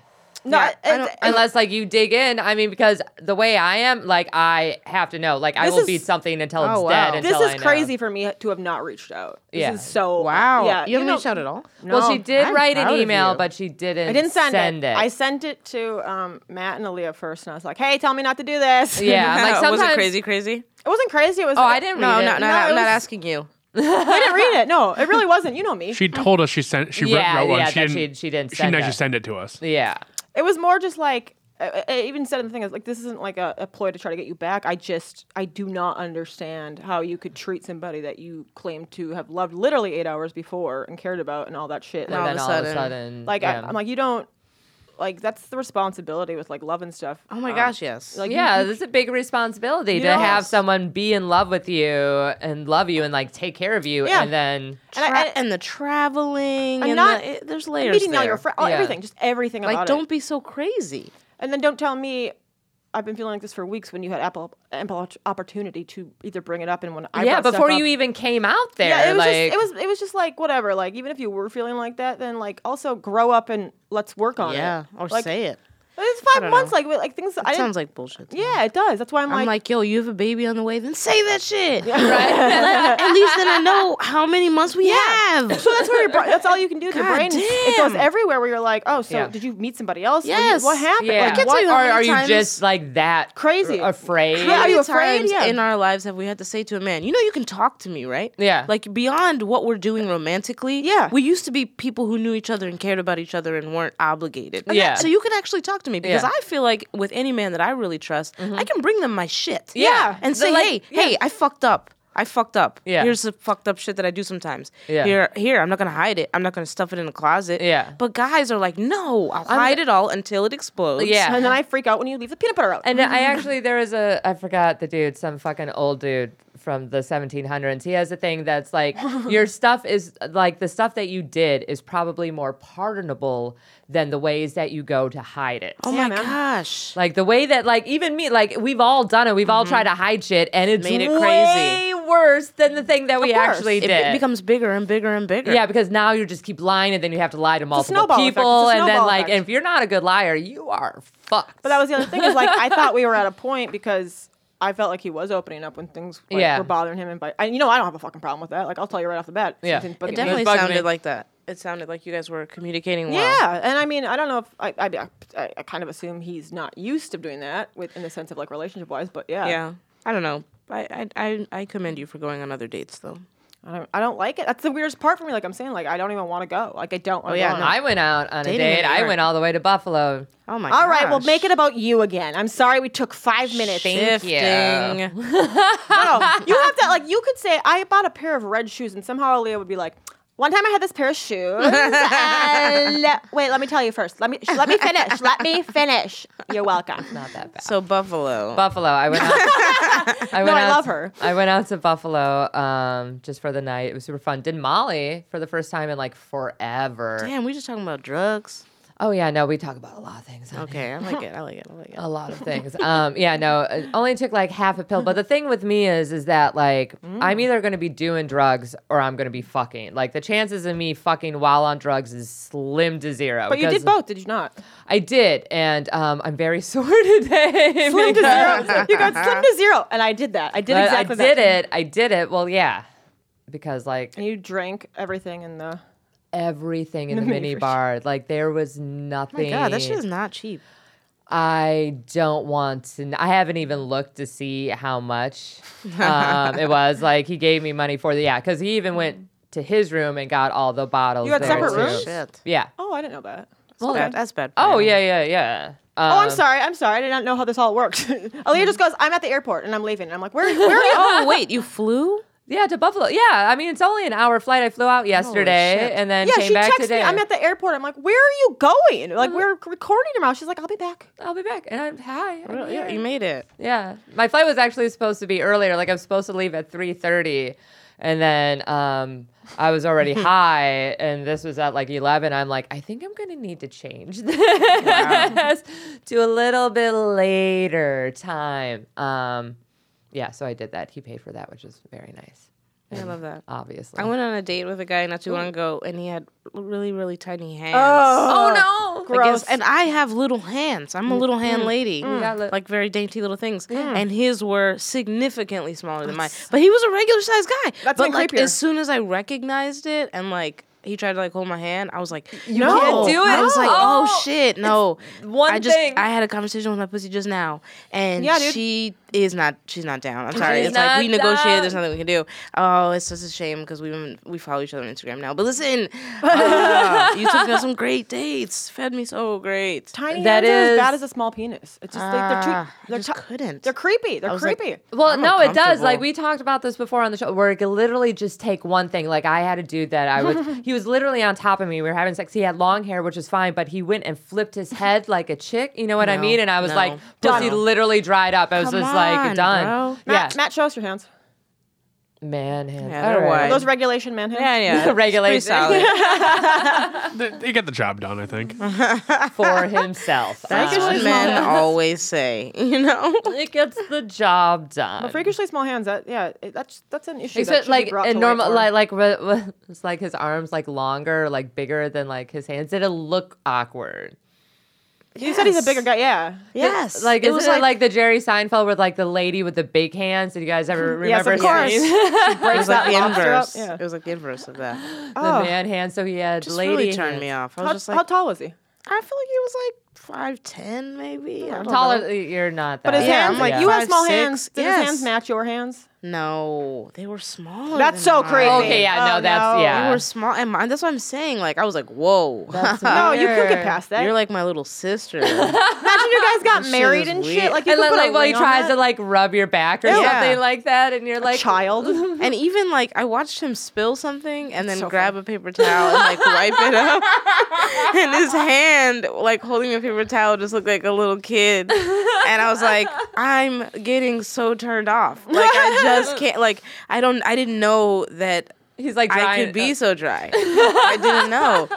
No, Yeah, I it's- don't- it's- Unless like you dig in, I mean, because the way I am, like I have to know, like I This will beat is- something until it's Oh, dead. wow. Until this I is know. crazy for me to have not reached out. This Yeah. is so Wow. Yeah, you haven't know, reached out at all. Well, she No. did I'm write proud an of email, you. but she didn't. I didn't send, it. it. I sent it to um, Matt and Aaliyah first, and I was like, "Hey, tell me not to do this." yeah, I'm like sometimes. was it crazy, crazy? it wasn't crazy. It was. Oh, I didn't No, read no, it. no, no, No, I'm it not was- asking you. I didn't read it. No, it really wasn't. You know me. She told us she sent. She wrote- Yeah, wrote, one. yeah, she, that didn't, she- she didn't She send didn't that. actually send it to us. Yeah. It was more just like I, I even said in the thing is like this isn't like a, a ploy to try to get you back. I just I do not understand how you could treat somebody that you claim to have loved literally eight hours before and cared about and all that shit. And all then of a all of a sudden- sudden, like yeah. I, I'm like you don't like that's the responsibility with like love and stuff. Oh my Um, gosh, yes. Like yeah, yeah, this is a big responsibility to know- have someone be in love with you and love you and like take care of you, Yeah. and then and, I, Tra- and, and the traveling I'm and not- the, it- there's layers. meeting all there. your friends, all Yeah. everything, just everything Like, about don't it. be so crazy. And then don't tell me. I've been feeling like this for weeks when you had ample, ample opportunity to either bring it up and when I yeah, brought stuff before you up. even came out there, Yeah, it was like just it was it was just like whatever. Like even if you were feeling like that, then like also grow up and let's work on Yeah, it. or like, say it. It's don't five months. know. Like Like like things. I It didn't- sounds like bullshit. to me. Yeah, it does. That's why I'm, I'm like, like, yo, you have a baby on the way, then say that shit. Right. At least then I know how many months we have. So that's where your bra- that's all you can do. Is your God brain it goes damn. everywhere. Where you're like, oh, so Yeah. did you meet somebody else? Or you- Yes. What happened? yeah. Like, I'll what tell you how are, many are you times- just like that Crazy. r- afraid? Yeah, How are many you afraid? times Yeah. in our lives have we had to say to a man, you know, you can talk to me, right? Yeah. Like beyond what we're doing romantically. Yeah. We used to be people who knew each other and cared about each other and weren't obligated. Yeah. So you can actually talk to me because Yeah. Mm-hmm. I feel like with any man that I really trust, I can bring them my shit. Yeah. And They're say, like- hey, hey, I fucked up. I fucked up. Yeah. Here's the fucked up shit that I do sometimes. Yeah. Here, here. I'm not gonna hide it. I'm not gonna stuff it in a closet. Yeah. But guys are like, no, I'll hide it all until it explodes. Yeah. And then I freak out when you leave the peanut butter out. And I actually, there was a, I forgot the dude, some fucking old dude from the 1700s. He has a thing that's like, your stuff is, like, the stuff that you did is probably more pardonable than the ways that you go to hide it. Oh my gosh. Like, the way that, like, even me, like, we've all done it. We've Mm-hmm. all tried to hide shit, and it's Made it way crazy. worse than the thing that we course. actually It, did. it becomes bigger and bigger and bigger. Yeah, because now you just keep lying, and then you have to lie to multiple snowball effect. It's a people, and then snowball like, effect. if you're not a good liar, you are fucked. But that was the other thing is like I thought we were at a point because I felt like he was opening up when things like, Yeah. were bothering him. And by and you know I don't have a fucking problem with that. Like I'll tell you right off the bat. Yeah. Something's It bugging It me. definitely bugged sounded me. like that. It sounded like you guys were communicating well. Yeah, and I mean, I don't know if I, I, I, I kind of assume he's not used to doing that with in the sense of like relationship wise, but yeah, Yeah. I don't know. I, I, I, I commend you for going on other dates, though. I don't, I don't like it. That's the weirdest part for me. Like I'm saying, like I don't even want to go. Like I don't want to yeah, go. on no. it. I went out on a Dating in date. New I York. went all the way to Buffalo. Oh, my All right, well, gosh. make it about you again. I'm sorry we took five minutes. Thank you. Shifting. No, you have to like you could say I bought a pair of red shoes, and somehow Aaliyah would be like, One time I had this pair of shoes. and wait, let me tell you first. Let me sh- let me finish. Let me finish. You're welcome. Not that bad. So Buffalo. Buffalo. I went. Out, I went I out love to- her. I went out to Buffalo um, just for the night. It was super fun. Did Molly for the first time in like forever. Damn, we just talking about drugs. Oh yeah, no, we talk about a lot of things. honey. Okay, I like it. I like it. I like it. Oh a lot of things. Um, yeah, no, it only took like half a pill. But the thing with me is, is that like Mm. I'm either gonna be doing drugs or I'm gonna be fucking. Like the chances of me fucking while on drugs is slim to zero. But you did because both, did you not? I did, and um, I'm very sore today. Slim to because- zero. You got slim to zero, and I did that. I did But exactly I did that. it. I did it. Well, yeah, because like And you drank everything in the. everything in the mini mini bar, like there was nothing. Oh my God, that shit is not cheap. I don't want to. kn- I haven't even looked to see how much um, it was. Like he gave me money for the yeah, because he even went to his room and got all the bottles. You had there, separate too. rooms? Shit. Yeah. Oh, I didn't know that. Well, bad. that's bad. Oh planning. yeah, yeah, yeah. Oh, I'm Um, sorry. I'm sorry. I did not know how this all worked. Aaliyah just goes, I'm at the airport and I'm leaving. And I'm like, where, where are you? oh wait, you flew? Yeah, to Buffalo. Yeah, I mean it's only an hour flight. I flew out yesterday shit. and then yeah, came she back texts today. Mm. me. I'm at the airport. I'm like, where are you going? Like, we're recording tomorrow. She's like, I'll be back. I'll be back. And I'm hi. I'm Really? here. You made it. Yeah, my flight was actually supposed to be earlier. Like I'm supposed to leave at three thirty, and then um, I was already high, and this was at like eleven. I'm like, I think I'm gonna need to change this to a little bit later time. Um, yeah, so I did that. He paid for that, which was very nice. I love that. Obviously. I went on a date with a guy not too long ago, and he had really, really tiny hands. oh no! I guess- and I have little hands. I'm a little hand lady, Mm. got li- like very dainty little things. And his were significantly smaller than mine. But he was a regular sized guy. That's but even like creepier. as soon as I recognized it, and like he tried to like hold my hand, I was like, You No. can't do I was it. like, No. oh shit, no. one I just thing. I had a conversation with my pussy just now, and Yeah, dude. she is not. She's not down. I'm sorry. She's it's like we not negotiated. down. There's nothing we can do. Oh, it's just a shame because we been- we follow each other on Instagram now. But listen, uh, you took me on some great dates. Fed me so great. Tiny That hands are as is- bad as a small penis. It's just like, they're, Ah, I too, they're, just ti- couldn't. they're creepy. They're was like- creepy. Well, I'm no, it does. Like uncomfortable. we talked about this before on the show, where it could literally just take one thing. Like I had a dude that I was, he was literally on top of me. We were having sex. He had long hair, which is fine, but he went and flipped his head like a chick. You know what I No, mean? And I was no. like, pussy Done. literally dried up. I was Come just like, on, done. bro. Yeah, Matt, Matt, show us your hands. man, hands. Yeah, they're All right. wide. Those regulation man hands. yeah, yeah. it's Regulation. Pretty solid. They, they get the job done, I think. Mm-hmm. for himself. That's Um, what men always say. You know. it gets the job done. Freakishly small hands. That, yeah, it- that's that's an issue. that Except should be like brought a to light normal, more. like like re- re- it's like his arms like longer, like bigger than like his hands. Did it look awkward? you said he's a bigger guy. Yeah, Yes. Like, it isn't was it like, the Jerry Seinfeld with like the lady with the big hands? Did you guys ever Yes, remember of course. seeing She it breaks was like that the lobster up. inverse. Yeah. It was like the inverse of that. the Oh. man hands? So he had Just lady. really turned hands. me off. I was How, just like, how tall was he? I feel like he was like five ten, maybe. I don't Oh, know. Taller, you're not. That. But his Yeah, hands, I'm like you have five, small six. hands. Did his Yes. hands match your hands? No, they were smaller. That's so than mine. creepy. Okay, yeah, no, Oh, that's- no. yeah. They were small, and mine, that's what I'm saying. Like I was like, whoa. That's No, you could get weird. past that. You're like my little sister. yeah, Imagine you guys got shit married is and shit. weird. Like you And could like, put like a while he ring on tries to that. like rub your back or Yeah. something like that, and you're like, child. and even like I watched him spill something and then so grab a paper towel and like wipe it up, and his hand like holding a paper towel just looked like a little kid, and I was like, I'm getting so turned off. Like I just can't. Like I don't. I didn't know that He's like, I drying- could be so dry. I didn't know.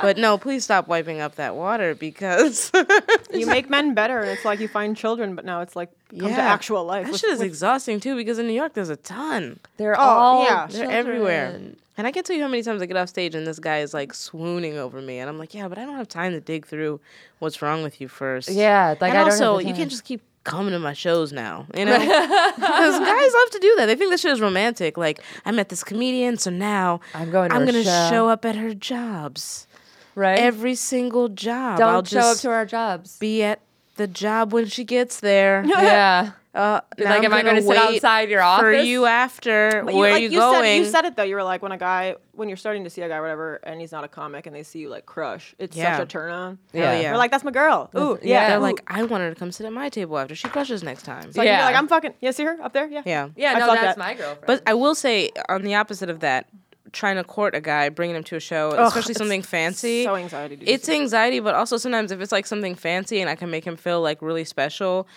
But no, please stop wiping up that water because that you make men better, and it's like you find children, but now it's like come Yeah. to actual life. with- shit is with- exhausting too because in New York there's a ton. They're all yeah. They're everywhere. children. And I can tell you how many times I get off stage and this guy is like swooning over me and I'm like, "Yeah, but I don't have time to dig through what's wrong with you first. Yeah, like, and I don't have also, the you time. can't just keep coming to my shows now, you know? Because guys love to do that. They think this shit is romantic. Like, I met this comedian, so now I'm going to I'm her gonna show. show up at her jobs. right. every single job. Don't I'll show just up to our jobs. be at the job when she gets there. yeah. Uh, now like, I'm am I gonna gonna sit wait outside your for office? you after? But Where like, are you, you Said, going? you said it though. You were like, when a guy, when you're starting to see a guy, or whatever, and he's not a comic, and they see you like crush, it's Yeah. such a turn on. Hell yeah. You're like, that's my girl. Ooh, yeah. They're ooh. like, I want her to come sit at my table after she crushes next time. Like, Yeah. You're like, I'm fucking. Yeah, see her up there? Yeah. yeah, Yeah, I no, thought that's that. my girlfriend. But I will say, on the opposite of that, trying to court a guy, bringing him to a show, especially something fancy. so anxiety inducing. It's anxiety, but also sometimes if it's like something fancy and I can make him feel like really special,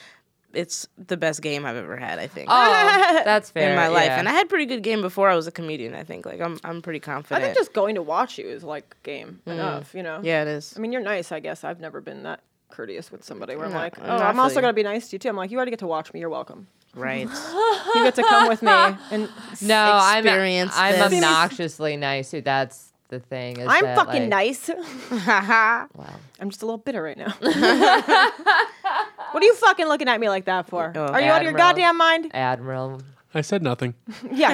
it's the best game I've ever had. I think. Oh, that's fair. in my life, yeah. and I had pretty good game before I was a comedian. I think like I'm I'm pretty confident. I think just going to watch you is like game Mm. enough, you know? yeah, it is. I mean, you're nice, I guess. I've never been that courteous with somebody where I'm like, oh, no, I I'm feel also you. going to be nice to you, too. I'm like, you already get to watch me. You're welcome. Right. You get to come with me. And no, I'm experience I'm this. obnoxiously nice. dude. That's the thing. Is I'm that, fucking like, nice. Wow. I'm just a little bitter right now. what are you fucking looking at me like that for? Oh, are you out of your Admiral. goddamn mind? Admiral. I said nothing. yeah,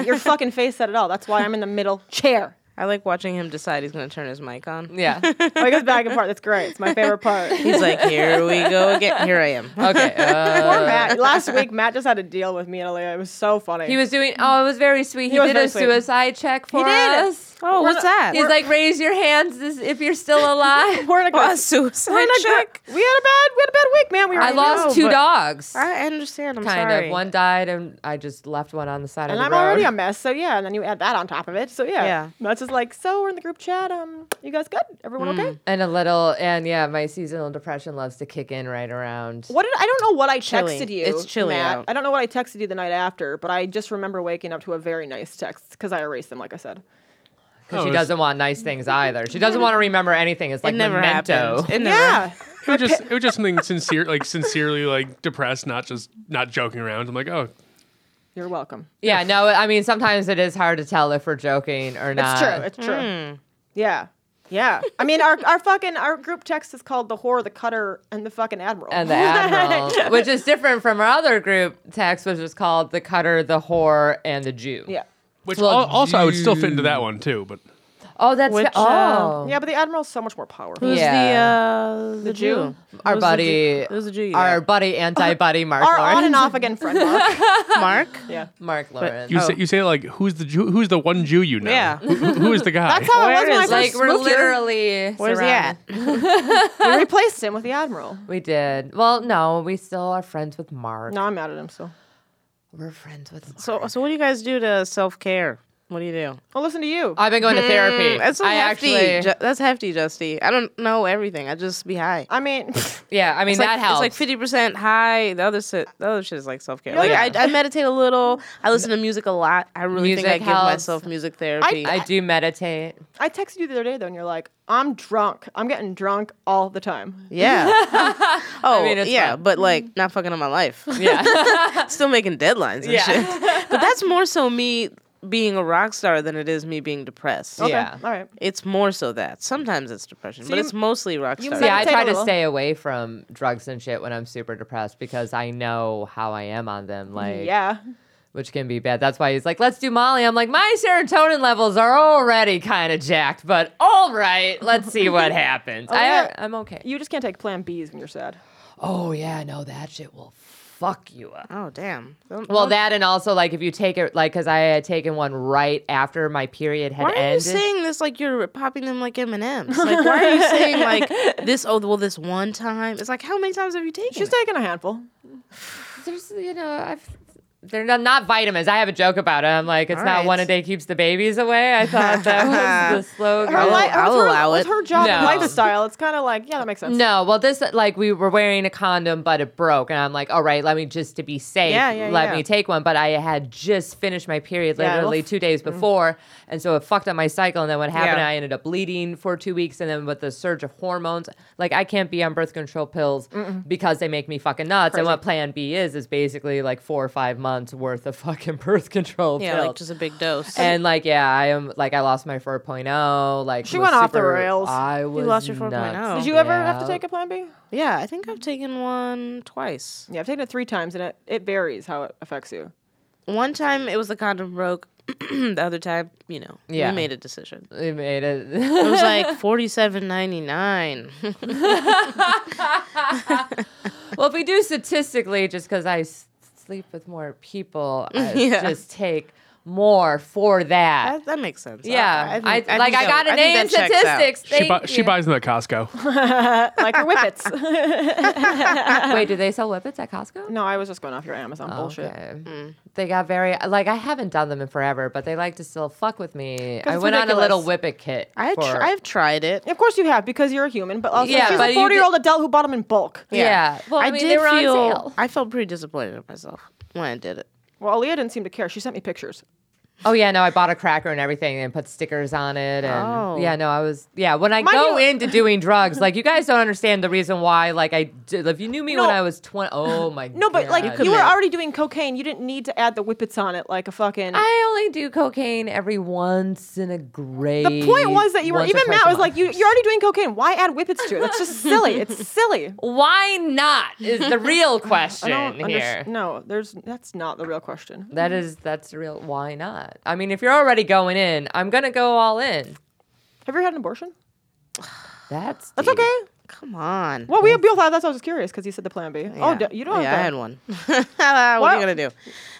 your fucking face said it all. That's why I'm in the middle chair. I like watching him decide he's gonna turn his mic on. Yeah. Oh, he goes back and forth. That's great. It's my favorite part. He's like, here we go again. Here I am. Okay. uh, Poor Matt. Last week, Matt just had a deal with me and Aaliyah. It was so funny. he was doing. Oh, it was very sweet. He, was did very a sweet. suicide check for did. us. Oh, what's that? He's like, raise your hands this- if you're still alive. We're in a Well, a good- we're in suicide a good- check. We had a bad, we had a bad week, man. We were I lost two but- dogs. I understand. I'm Kind sorry. of. One died, and I just left one on the side of and the I'm road. already a mess. So yeah, and then you add that on top of it. So yeah, Yeah. That's just like, so we're in the group chat. Um, you guys good? Everyone okay? and a little, and yeah, my seasonal depression loves to kick in right around. What did I don't know what I Chilly. texted you. It's chilly Matt. out. I don't know what I texted you the night after, but I just remember waking up to a very nice text because I erased them, like I said. Because Oh, she it's- doesn't want nice things either. She doesn't want to remember anything. It's like It never memento. happened. It never. Yeah. It was just it was just something sincere, like sincerely, like depressed, not just not joking around. I'm like, oh, You're welcome. Yeah, no, I mean sometimes it is hard to tell if we're joking or not. It's true. It's true. Yeah. Yeah. I mean, our, our fucking our group text is called the whore, the cutter, and the fucking admiral. And the admiral, which is different from our other group text, which was called the cutter, the whore, and the Jew. yeah. which Well, al- also I would still fit into that one too. But Oh, that's Which, um, oh Yeah, but the admiral's so much more powerful. Who's Yeah. the uh, the Jew? Jew? our Who's the buddy, Jew? Who's the Jew? you our got? buddy anti buddy Mark Our Lawrence. on and off again friend Mark. Mark. yeah. Mark Lawrence. you say you say like, who's the Jew, who's the one Jew you know? Yeah. Who- who- who is the guy? That's how it Where was when I is- like first we're moved here. literally Where's he surrounded. at? We replaced him with the admiral. We did well. No, we still are friends with Mark. No, I'm mad at him still. We're friends with. Mark. So so what do you guys do to self care? What do you do? I'll listen to you. I've been going to therapy. Hmm. That's so I hefty. actually, Ju- that's hefty, Justy. I don't know everything. I just be high. I mean, yeah, I mean It's that like, helps. It's like fifty percent high. The other shit, the other shit is like self care. Like yeah. I, I meditate a little. I listen to music a lot. I really think I Music give helps. myself music therapy. I do meditate. I texted you the other day though, and you're like, "I'm drunk. I'm getting drunk all the time." yeah. oh mean, it's yeah, fun. but like not fucking on my life. Yeah. Still making deadlines and Yeah. shit. But that's more so me being a rock star than it is me being depressed. Okay. Yeah. Yeah. All right. It's more so that. Sometimes it's depression, but you- it's mostly rock star. See, I Meditate a try to little. stay away from drugs and shit when I'm super depressed because I know how I am on them, like, Yeah. which can be bad. That's why he's like, "Let's do Molly." I'm like, my serotonin levels are already kind of jacked, but all right, let's see what happens. I, yeah. I'm okay. You just can't take Plan Bs when you're sad. Oh yeah, no, that shit will fuck you up. oh damn. Don't- Well, don't- that and also like if you take it, like, because I had taken one right after my period had Why are you ended. saying this like you're popping them like M and M's? Like, why are you saying like this? Oh, well, this one time. It's like how many times have you taken? She's it? taking a handful. There's, you know, I've. They're not, not vitamins. I have a joke about it. I'm like, it's All not one right. a day keeps the babies away. I thought that was the slogan. Her I'll- li- I'll with her, allow with it. her job and No. lifestyle, it's kind of like, yeah, that makes sense. No, well, this like we were wearing a condom, but it broke, and I'm like, all right, let me just to be safe, Yeah, yeah, let yeah. me take one. But I had just finished my period Yeah, literally oof. Mm. two days before, and so it fucked up my cycle. And then what happened? Yeah. I ended up bleeding for two weeks, and then with the surge of hormones, like I can't be on birth control pills because they make me fucking nuts. And what Plan B is is basically like four or five months worth of fucking birth control yeah, pills. like just a big dose. and like yeah, I am like I lost my 4.0. Like She was went off the super- rails. I was lost your nuts. 4.0. oh. Did you ever have to Yeah. take a Plan B? yeah, I think I've taken one twice. Yeah, I've taken it three times, and it, it varies how it affects you. One time it was the condom broke. the other time, you know, Yeah. we made a decision. They made It it. was like forty seven ninety nine. well, if we do statistically, just because I s- sleep with more people, I Yeah. just take more for that. That, that makes sense. yeah, I, like think- think I got that- a think name in that checks out. statistics. She, bu- Thank she you. buys them at Costco. like her whippets. Wait, do they sell whippets at Costco? no, I was just going off your Amazon bullshit. Oh, Okay. They got very like I haven't done them in forever, but they like to still fuck with me. I it's went on a little ridiculous. whippet kit. I for- tr- I've tried it. Of course you have because you're a human, but also Yeah, she's but a you 40 year old adult who bought them in bulk. yeah. Well, I, mean, they were feel on sale. I felt pretty disappointed in myself when I did it. Well, Aaliyah didn't seem to care. She sent me pictures. Oh yeah, no, I bought a cracker and everything and put stickers on it and Oh. yeah, no, I was yeah, when I go you- into doing drugs, like you guys don't understand the reason why like I did, if you knew me No. when I was 20 oh my god. No, but like you, were commit. already doing cocaine. You didn't need to add the whippets on it like a fucking. I only do cocaine every once in a grade. the point was that you were once or even twice Matt a was month. like, you, you're already doing cocaine. Why add whippets to it? That's just silly. It's silly. why not is the real question under- here. No, there's that's not the real question. That is that's the real why not? I mean, if you're already going in, I'm gonna go all in. Have you ever had an abortion? That's That's deep. okay. Come on. Well, we both had that's why I was curious because you said the plan B. Oh, Yeah. d- you don't Yeah, I have had that. one. what are Wow. you gonna do?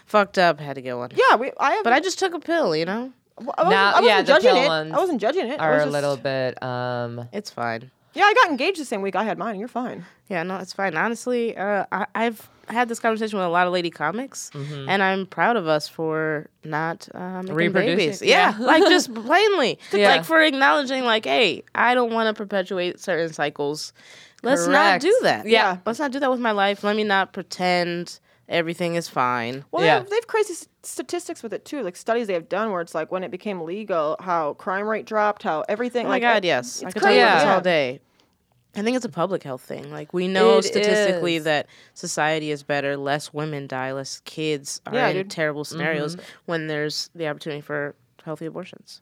Fucked up. Had to get one. Yeah, we, I have. But I just took a pill. You know, Well, I wasn't, Now- I wasn't yeah, the judging pill it. ones I wasn't judging it. I Are was a just- little bit um it's fine. Yeah, I got engaged the same week I had mine. You're fine. Yeah, no, it's fine. Honestly, uh, I, I've had this conversation with a lot of lady comics, Mm-hmm. and I'm proud of us for not uh, making Reproducing, babies. yeah. Yeah, like just plainly, Yeah. like for acknowledging, like, hey, I don't want to perpetuate certain cycles. Let's Correct. not do that. Yeah. Yeah. let's not do that with my life. Let me not pretend everything is fine. Well, Yeah. they, have, they have crazy s- statistics with it too, like studies they have done where it's like when it became legal, how crime rate dropped, how everything. Oh my like, God, it- yes. I it's could talk about this crazy. all day. I think it's a public health thing. Like we know It statistically is. that society is better, less women die, less kids are Yeah, in dude. terrible scenarios Mm-hmm. when there's the opportunity for healthy abortions.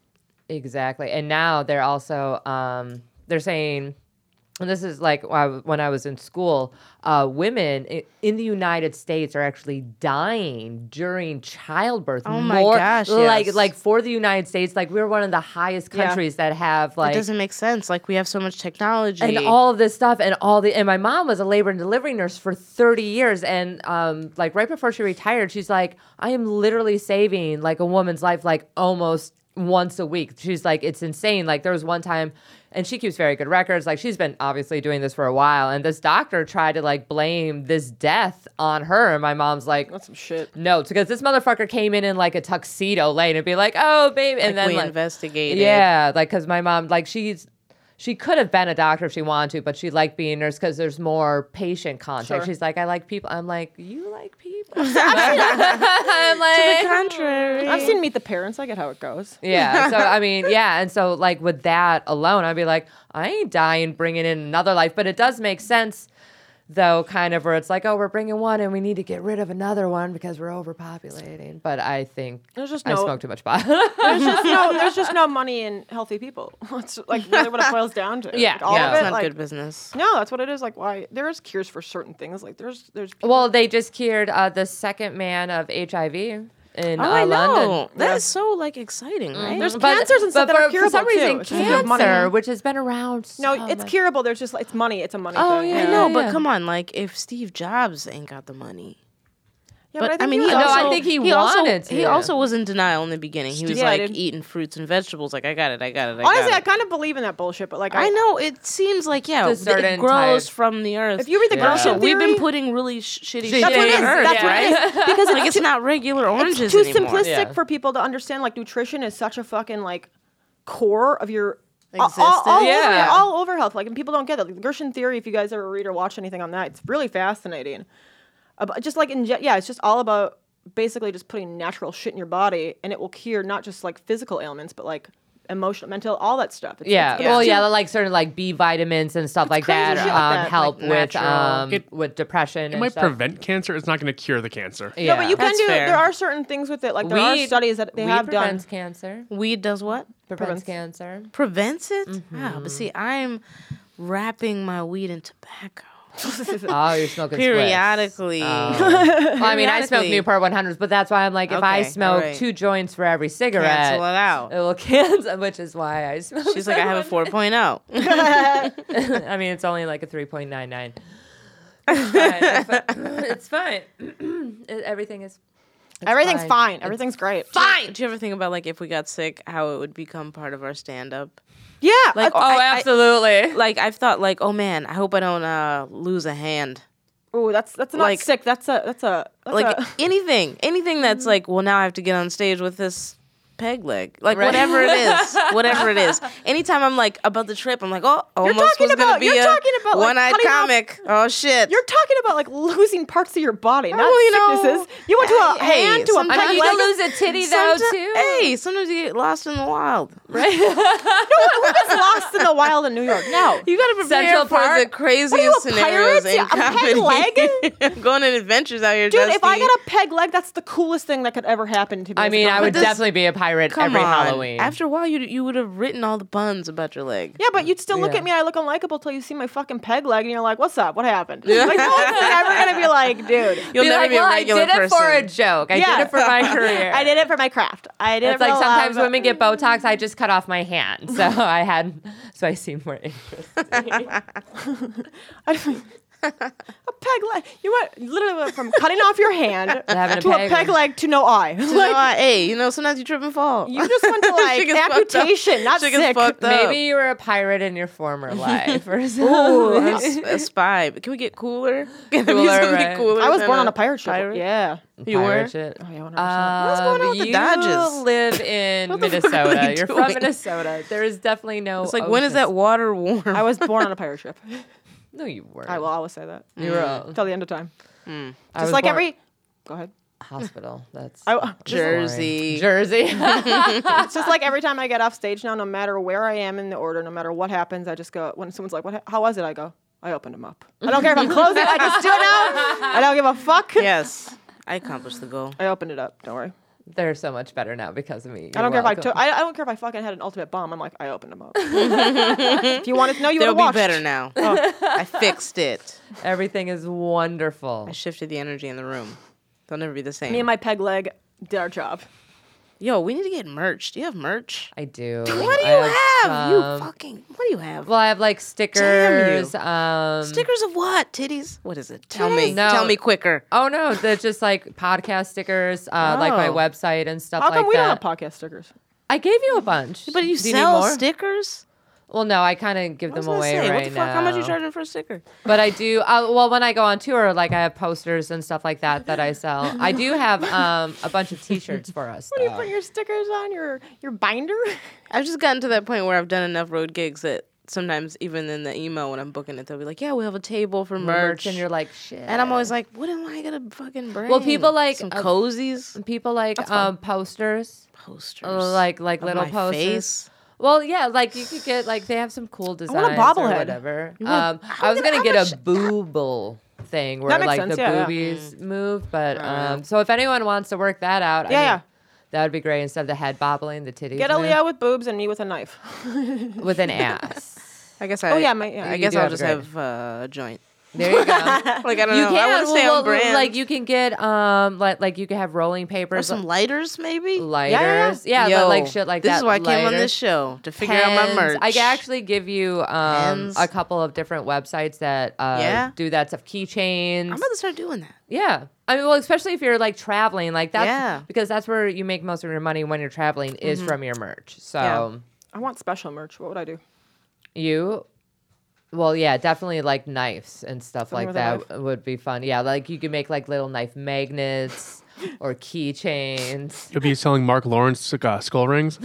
Exactly. And now they're also um, they're saying, and this is like wh- when I was in school, uh, women i- in the United States are actually dying during childbirth. Oh my gosh, Like yes. like for the United States, like we're one of the highest countries that have it like. doesn't make sense. Like we have so much technology. And all of this stuff, and all the, and my mom was a labor and delivery nurse for 30 years. And um, like right before she retired, she's like, I am literally saving like a woman's life like almost once a week. She's like, it's insane. Like there was one time, and she keeps very good records. Like she's been obviously doing this for a while. And this doctor tried to like blame this death on her. And my mom's like, That's some shit. no, because this motherfucker came in in like a tuxedo late and be like, oh, babe. And then we like, investigated. yeah, like because my mom, like she's, she could have been a doctor if she wanted to, but she liked being a nurse because there's more patient contact. Sure. She's like, I like people. I'm like, you like people. I'm like, The contrary. I've seen Meet the Parents. I get how it goes. yeah. So I mean, yeah, and so like with that alone, I'd be like, I ain't dying bringing in another life, but it does make sense. Though, kind of where it's like, oh, we're bringing one and we need to get rid of another one because we're overpopulating. But I think There's just I no- smoked too much pot. There's just no, there's just no money in healthy people. That's like really what it boils down to. Yeah, Like, all yeah, of it's it. not like, good business. No, that's what it is. Like, why there's cures for certain things. Like, there's there's people- well, they just cured uh, the second man of HIV in Oh, uh, I London. know. That is so like exciting, Mm-hmm. right? there's cancers and stuff but that are for, for some reason, curable too. It's just the money. cancer, which has been around. No, so it's much- curable. There's just like, it's money. It's a money Oh, thing. yeah. I know, but yeah. come on, like if Steve Jobs ain't got the money, Yeah, But, I, think mean, you he No, also- also, I think he wanted Also, he to. also was in denial in the beginning. He was Yeah, I like didn't- eating fruits and vegetables. Like I got it, I got it. I honestly, I got it. kind of believe in that bullshit. But like, I know it seems like yeah, The it certain grows type- from the earth. If you read the But growth also, we've theory- been putting really sh- shitty shit That's in what it the is, earth. that's what it right? is, because like it's not regular oranges too anymore. simplistic Yeah. for people to understand. Like nutrition is such a fucking like core of your all- All, Existence. all Yeah. over, all over health. Like, and people don't get that. Like, the Gershon theory. If you guys ever read or watch anything on that, it's really fascinating. About, just like in, yeah, it's just all about basically just putting natural shit in your body, and it will cure not just like physical ailments, but like emotional, mental, all that stuff. It's- Yeah. it's- Well, yeah, like certain like B vitamins and stuff like crazy that, shit like um, that, help like with natural. um, It- with depression. It and might stuff. prevent cancer. It's not going to cure the cancer. Yeah. No, but you can That's do. fair. There are certain things with it. Like there are Weed- studies that they weed have done. prevents cancer. Weed does what? Prevents cancer. Prevents it. Ah, but see, I'm wrapping my weed in tobacco Oh, you're smoking spliffs. periodically. Well, I mean, I smoke Periodically. Newport 100s, but that's why I'm like, if I Okay, smoke alright. two joints for every cigarette, Cancel it out. it will cancel. Which is why I smoke. She's like, I have a oh." 4.0. I mean, it's only like a 3.99. But it's fine. It- Everything is. Everything's fine. Everything's great. Fine. Do you ever think about like if we got sick, how it would become part of our stand up? Yeah. Like, I- oh, I- I- Absolutely. Like I've thought like, oh man, I hope I don't uh, lose a hand. Ooh, that's that's not Like- sick. That's a that's a that's Like a, Mm-hmm. anything. Anything that's like, well now I have to get on stage with this peg leg. Like whatever it is. Whatever it is. Anytime I'm like about the trip, I'm like, oh almost talking was about- gonna be you're a talking about, like, one eyed cutting off- comic. Oh shit. You're talking about like losing parts of your body, not Oh, you know, sicknesses. you went to a hey, hand to a sometimes- peg I mean, you leg. can lose a titty though Someti- too. Hey, sometimes you get lost in the wild. It's lost in the wild in New York. No, You gotta prepare Central for Park? the craziest you, a scenarios pirate? in Yeah, a peg comedy. Going on adventures out here, dude, if I Dusty. got a peg leg, that's the coolest thing that could ever happen to me. I mean, I would this- definitely be a pirate Come every on. Halloween. After a while, you you would have written all the buns about your leg. Yeah, but you'd still look Yeah. at me. I look unlikable till you see my fucking peg leg, and you're like, "What's up? What happened?" Like, no one's ever gonna be like, "Dude, You'll be never like, be well, a I regular did it person. for a joke. I Yeah. did it for my career. I did it for my craft. I did It's it." like for sometimes love." women get Botox. I just cut off my hand, so I had, so I seem more interesting. I mean, a peg leg. You went literally went from cutting off your hand having a to peg a leg. peg leg to no eye. You know, I- hey, you know, sometimes you trip and fall. You just went to like She gets fucked up. amputation, not She gets sick. fucked up. Maybe you were a pirate in your former life or Ooh, something. a, s- a spy. Can we get cooler? Can there be Cooler, something right. cooler? I was than born on a pirate ship. Yeah. You were? Pirate shit. yeah, 100%. What's going on with the Dodgers? Um, You live in the fuck are Minnesota. they You're from doing? Minnesota. There is definitely no. It's like, when is that water warm? I was born on a pirate ship. No, you weren't. I will always say that You were a until the end of time. I Just was like born- every. Go ahead. hospital. That's I, Jersey. Jersey. it's just like every time I get off stage now, no matter where I am in the order, no matter what happens, I just go. When someone's like, "What? ha- How was it?" I go, "I opened them up. I don't care if I'm closing. I just do it now. I don't give a fuck. Yes, I accomplished the goal. I opened it up. Don't worry. They're so much better now because of me. I don't You're care if I welcome. took. I, I don't care if I fucking had an ultimate bomb. I'm like, I opened them up. if you wanted to know, you would They'll have watched. be better now. I fixed it. Everything is wonderful. I shifted the energy in the room. They'll never be the same. Me and my peg leg did our job. Yo, we need to get merch. Do you have merch? I do. What do you have? you fucking. What do you have? Well, I have like stickers. Um, Stickers of what? Titties? What is it? Tell me. Titties? No. Tell me quicker. Oh no, they're just like podcast stickers, uh, like my Oh. website and stuff How like come we that. don't have podcast stickers? I gave you a bunch, But you Do need sell more? stickers? Well, no, I kind of give I was them gonna away say, right what the fuck? now. How much you charging for a sticker? But I do. Uh, well, when I go on tour, like I have posters and stuff like that that I sell. I do have um, a bunch of T-shirts for us. uh, What do you though. put your stickers on your your binder? I've just gotten to that point where I've done enough road gigs that sometimes even in the email when I'm booking it, they'll be like, "Yeah, we have a table for merch," merch, and you're like, shit. and I'm always like, "What am I gonna fucking bring?" people like, some uh, cozies, people like um, posters, posters, like like of little my posters. face. Well, yeah, like you could get like they have some cool designs want or a bobblehead. whatever. Um, I was gonna get a booble thing where That makes like sense, the yeah, Mm. yeah. boobies move, but um, so if anyone wants to work that out, I Yeah, mean, yeah. that would be great instead of the head bobbling, the titties Get move Aaliyah with boobs and me with a knife. with an ass. I guess I. Oh, yeah, my- yeah. I You guess do I'll have a just great- have uh, a joint. There you go. Like I don't You know. can I want to stay well, on brand. like you can get um like like you can have rolling papers, or some lighters, maybe. yeah. lighters, yeah, li- Yo, like shit like that. This is why I came on lighters. this show to figure out my Pens. merch. I can actually give you um, Pens. a couple of different websites that uh, Yeah. do that stuff. Keychains. I'm about to start doing that. yeah. I mean, well, especially if you're like traveling, like that's Yeah. Mm-hmm. because that's where you make most of your money when you're traveling is from your merch. So I want special merch. What would I do? you, well, yeah, definitely like knives and stuff like with a that knife? w- would be fun. Yeah, like you could make like little knife magnets or keychains. You'll be selling Mark Lawrence uh, skull rings.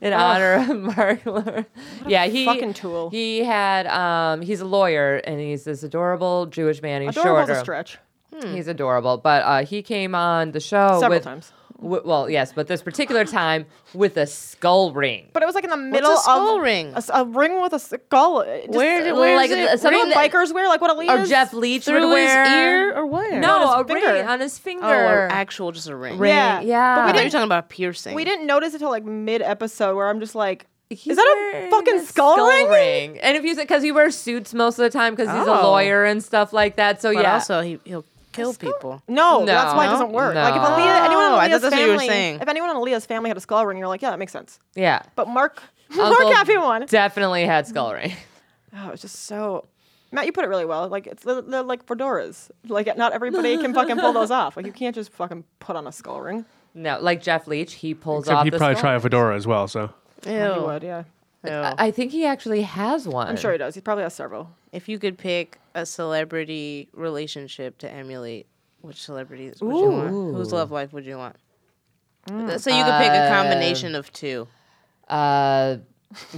in honor of Mark. Lawrence. Yeah, he fucking tool. He had um, he's a lawyer and he's this adorable Jewish man. He's Adorable's a shorter. Hmm. stretch. Hmm. He's adorable, but uh, he came on the Oh, show Several with- times. wi- well, yes, but this particular time with a skull ring. But it was like in the middle skull of ring? a, s- a ring with a skull. It Just, Where did did- where like is it? Oh, something ring that- bikers wear? Like what Aaliyah or Oh, Jeff Leach would Through his wear ear or where? No, a his finger. ring on his finger. Oh, or actual just a ring. Ring, Yeah. yeah. But we I thought you were didn't, talking about a piercing. we didn't notice until like mid episode where I'm just like, He's is that wearing a fucking skull, ring? And if you because he wears suits most of the time because he's a Oh. lawyer and stuff like that. So But yeah, also, he, he'll kill people. No, that's why it No. doesn't work. Like if No. Aaliyah, anyone Oh, on I thought Aaliyah's that's what you were family, saying. if anyone on Aaliyah's family had a skull ring, you're like, yeah, that makes sense. yeah. But Mark, Uncle Mark, everyone. Definitely had skull ring. Oh, it's just so. Matt, you put it really well. Like it's they're, they're like fedoras. Like not everybody can fucking pull those off. Like you can't just fucking put on a skull ring. No, like Jeff Leach, he pulls Except off. he'd the probably skull. try a fedora as well. So You Ew. would, yeah. Ew. I think he actually has one. I'm sure he does. He probably has several. If you could pick a celebrity relationship to emulate, which celebrities would you Ooh. want? Whose love life would you want? So you could pick a combination of two. Uh,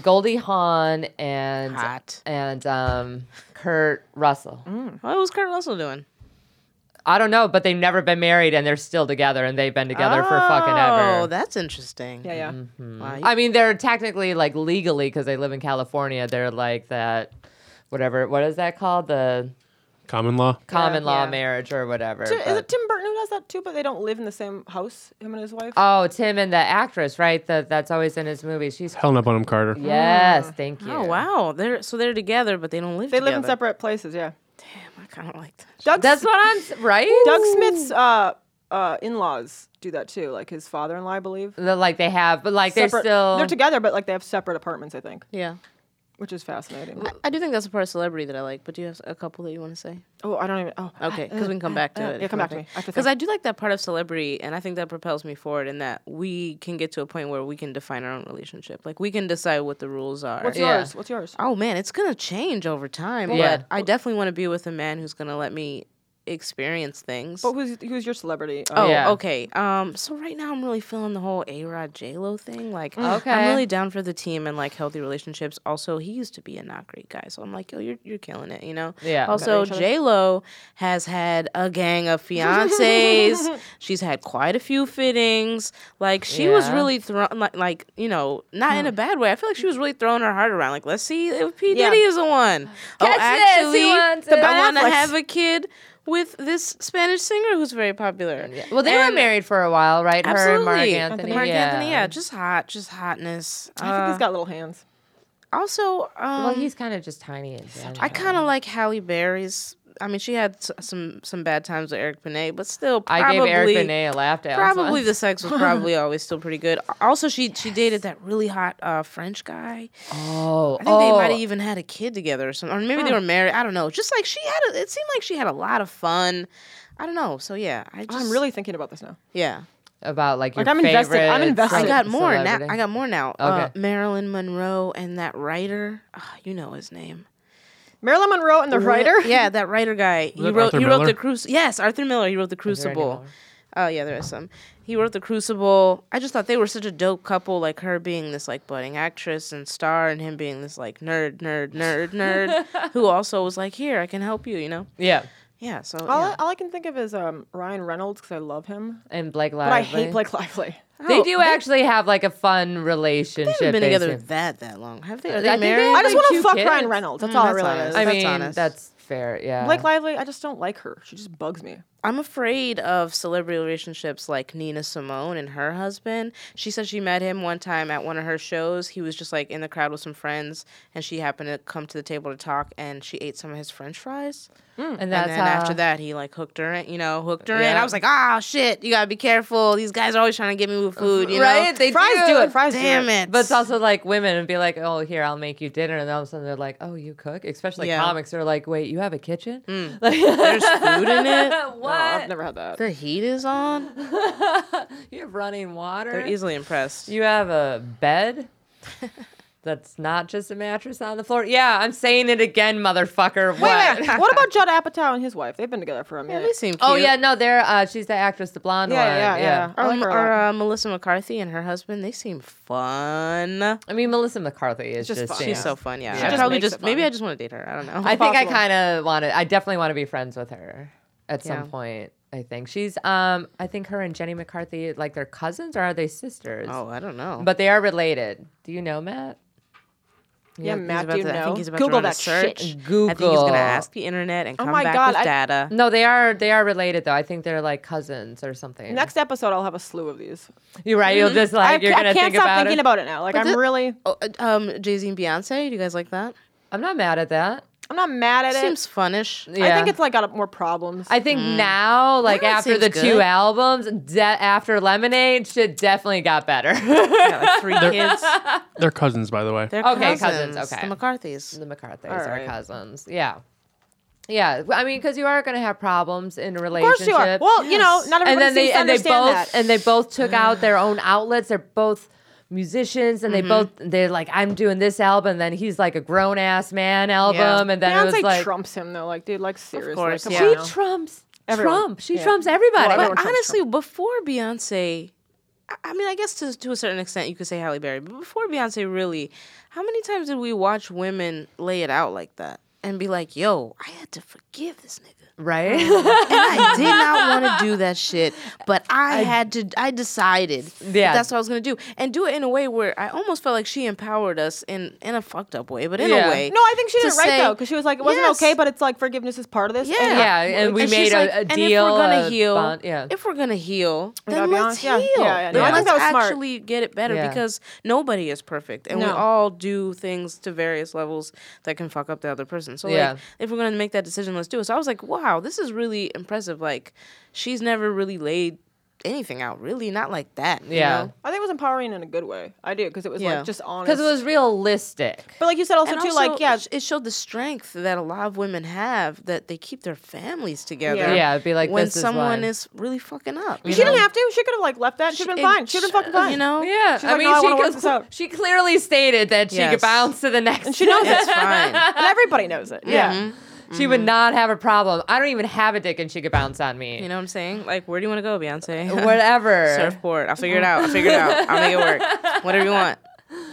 Goldie Hawn and Hot. and um, Kurt Russell. What was Kurt Russell doing? I don't know, but they've never been married and they're still together and they've been together for fucking Oh, ever. that's interesting. Yeah, yeah. Wow, you- I mean, they're technically like legally because they live in California. They're like that, whatever. What is that called? The common law. common law yeah. marriage or whatever. Ti- Is but- it Tim Burton who does that too? But they don't live in the same house, him and his wife. oh, Tim and the actress, right? That that's always in his movies. She's Hell up on him, Carter. yes, thank you. Oh wow, they're so they're together, but they don't live. they together. live in separate places. Yeah. Damn, I kind of like that. Doug, That's what I'm s- right. Doug Smith's uh, uh, in-laws do that too. Like his father-in-law, I believe. The- like they have, but like they're Separate- still they're together, but like they have separate apartments. I think, Yeah, which is fascinating. I, I do think that's a part of celebrity that I like. But do you have a couple that you want to say? Oh, I don't even. Oh, Okay, because we can come back to uh, it. yeah, come back to me. I have to Because think. I do like that part of celebrity, and I think that propels me forward, and that we can get to a point where we can define our own relationship. Like we can decide what the rules are. What's Yeah. yours? What's yours? oh man, it's gonna change over time. Yeah. But I definitely want to be with a man who's gonna let me experience things. But who's who's your celebrity? Uh, Oh, Yeah. okay. Um, so right now I'm really feeling the whole A Rod J Lo thing. Like, Mm. Okay. I'm really down for the team and like healthy relationships. Also, he used to be a not great guy, so I'm like, yo, you're you're killing it, you know. Yeah. Also, J Lo has had a gang of fiancés. She's had quite a few fittings. Like, she was Yeah. really thrown, like, like, you know, not in a bad way. I feel like she was really throwing her heart around. Like, let's see if P Yeah. Diddy is the one. Catch oh, this, he actually, wants it. I want to Netflix. have a kid. With this Spanish singer who's very popular. well, they were And- married for a while, right? Her and Mark Absolutely. Anthony. Mark yeah. Anthony, yeah, just hot, just hotness. I think Uh, he's got little hands. also, um, Well, he's kind of just tiny. And I kind of like Halle Berry's. I mean, she had s- some some bad times with Eric Benet, but still, I probably gave Eric Benet a laugh at probably the sex was probably always still pretty good. Also, she she dated that really hot uh, French guy. Oh, I think they might have even had a kid together or something, or maybe they were married. I don't know. Just like she had, a, it seemed like she had a lot of fun. I don't know. So yeah, I just I'm really thinking about this now. yeah. about like your Like, I'm invested- I'm favorite invested. I ce- got more celebrity. now. I got more now. Uh, Okay. Marilyn Monroe and that writer. ah, you know his name. Marilyn Monroe and the writer. Yeah, that writer guy. he that wrote. Arthur he wrote Miller? the Crucible. Yes, Arthur Miller. He wrote the Crucible. more? Oh yeah, there is some. He wrote the Crucible. I just thought they were such a dope couple. Like her being this like budding actress and star, and him being this like nerd, nerd, nerd, nerd, who also was like, "Here, I can help you." You know? yeah, Yeah. So All, yeah. I, all I can think of is um, Ryan Reynolds because I love him, and Blake Lively. but I hate Blake Lively. They do actually have like a fun relationship. They've been they together seem- that that long. Have I they? Are think they they married? have, I just like, want two to fuck kids. Mm, Ryan Reynolds. That's all it that's really honest. is. I That's mean, honest. that's fair. Yeah. Blake Lively, I just don't like her. She just bugs me. I'm afraid of celebrity relationships like Nina Simone and her husband. She said she met him one time at one of her shows. He was just like in the crowd with some friends, and she happened to come to the table to talk, and she ate some of his French fries. and that's and then how, after that, he like hooked her, in, you know, hooked her in. Yeah. I was like, ah, shit, you gotta be careful. These guys are always trying to get me with food, you Uh, right? know. They Fries do it. Fries Damn do it. it! But it's also like women and be like, oh, here, I'll make you dinner. And all of a sudden they're like, oh, you cook? Especially Yeah. comics are like, wait, you have a kitchen? there's food in it. what? No, I've never had that. The heat is on. you have running water? They're easily impressed. you have a bed? That's not just a mattress on the floor. Yeah, I'm saying it again, motherfucker. What? Wait, wait. what about Judd Apatow and his wife? They've been together for a minute. They seem cute. Oh yeah, no, they're uh, she's the actress, the blonde Yeah, one. yeah, yeah. I Or, like her a or, lot. uh, Melissa McCarthy and her husband, they seem fun. I mean, Melissa McCarthy is Just just, fun. She's yeah. so fun, yeah. She I just probably makes just it maybe fun. I just want to date her. I don't know. I think I Possible. kind of want to. I definitely want to be friends with her at some Yeah. point. I think she's. Um, I think her and Jenny McCarthy like they're cousins or are they sisters? oh, I don't know. but they are related. Do you know Matt? yeah, he's Matt, about do you to, know? I think he's about Google to run that a search. shit. Google. I think he's gonna ask the internet and come my back God, with I- data. No, they are. They are related though. I think they're like cousins or something. Next episode, I'll have a slew of these. you're right. You'll just I, like I you're gonna can't think stop about thinking it. about it now. Like I'm the- really, Oh, uh, um, Jay Z and Beyonce. Do you guys like that? I'm not mad at that. I'm not mad at it. Seems funnish. Yeah. I think it's like got more problems. I think now, like Lemonade after the seems two good. albums, de- after Lemonade, shit definitely got better. Got like three kids. They're cousins, by the way. They're Okay, cousins. cousins, okay. The McCarthys. the McCarthys All are right. cousins. Yeah. Yeah, I mean, because you are going to have problems in a Of relationship. course you are. Well, you know, not everybody and then seems they to and they both understand that. and they both took out their own outlets. They're both musicians, and Mm-hmm. they both they're like, I'm doing this album, and then he's like a grown ass man album, and then it Beyonce was like trumps him though. Like, dude, like seriously, course, come yeah. on she now. trumps Everyone. Trump. She Yeah. trumps everybody. Well, everyone But trumps honestly, before Beyonce, I- I mean, I guess to to a certain extent you could say Halle Berry, but before Beyonce, really, how many times did we watch women lay it out like that and be like, "Yo, I had to forgive this nigga." right? And I did not want to do that shit, but I, had to. I decided that Yeah. that's what I was gonna do, and do it in a way where I almost felt like she empowered us in in a fucked up way, but in Yeah. a way. No, I think she to did it right say- though, because she was like, it wasn't Yes. okay, but it's like forgiveness is part of this. Yeah. Yeah, and we made she's a- like, a "And deal, If we're gonna a heal, bond," yeah. If we're gonna heal, gotta then be let's honest, heal. yeah, yeah, yeah. No, I Then think let's that was smart. actually get it better Yeah. because nobody is perfect, and we No. all do things to various levels that can fuck up the other person. So Yeah. like, if we're gonna make that decision, let's do it. So I was like, wow, this is really impressive. Like, she's never really laid anything out, really, not like that. you Yeah. know? I think it was empowering in a good way. I did because it was Yeah. like just honest. Because it was realistic. but like you said, also And too, also, like yeah, sh- it showed the strength that a lot of women have that they keep their families together. Yeah. Yeah, it'd be like, when this is someone why. is really fucking up. she didn't have to. She could have like left that. She'd been fine. She'd been fucking fine. You know? Yeah, She's like, "No, I wanna she work could- this out." she clearly stated that she could Yes. bounce to the next. and she knows It's it. fine. And everybody knows it. Yeah. She Mm-hmm. would not have a problem. I don't even have a dick, and she could bounce on me. You know what I'm saying? Like, where do you want to go, Beyonce? Whatever. Surfboard. I'll figure it out. I'll figure it out. I'll make it work. Whatever you want.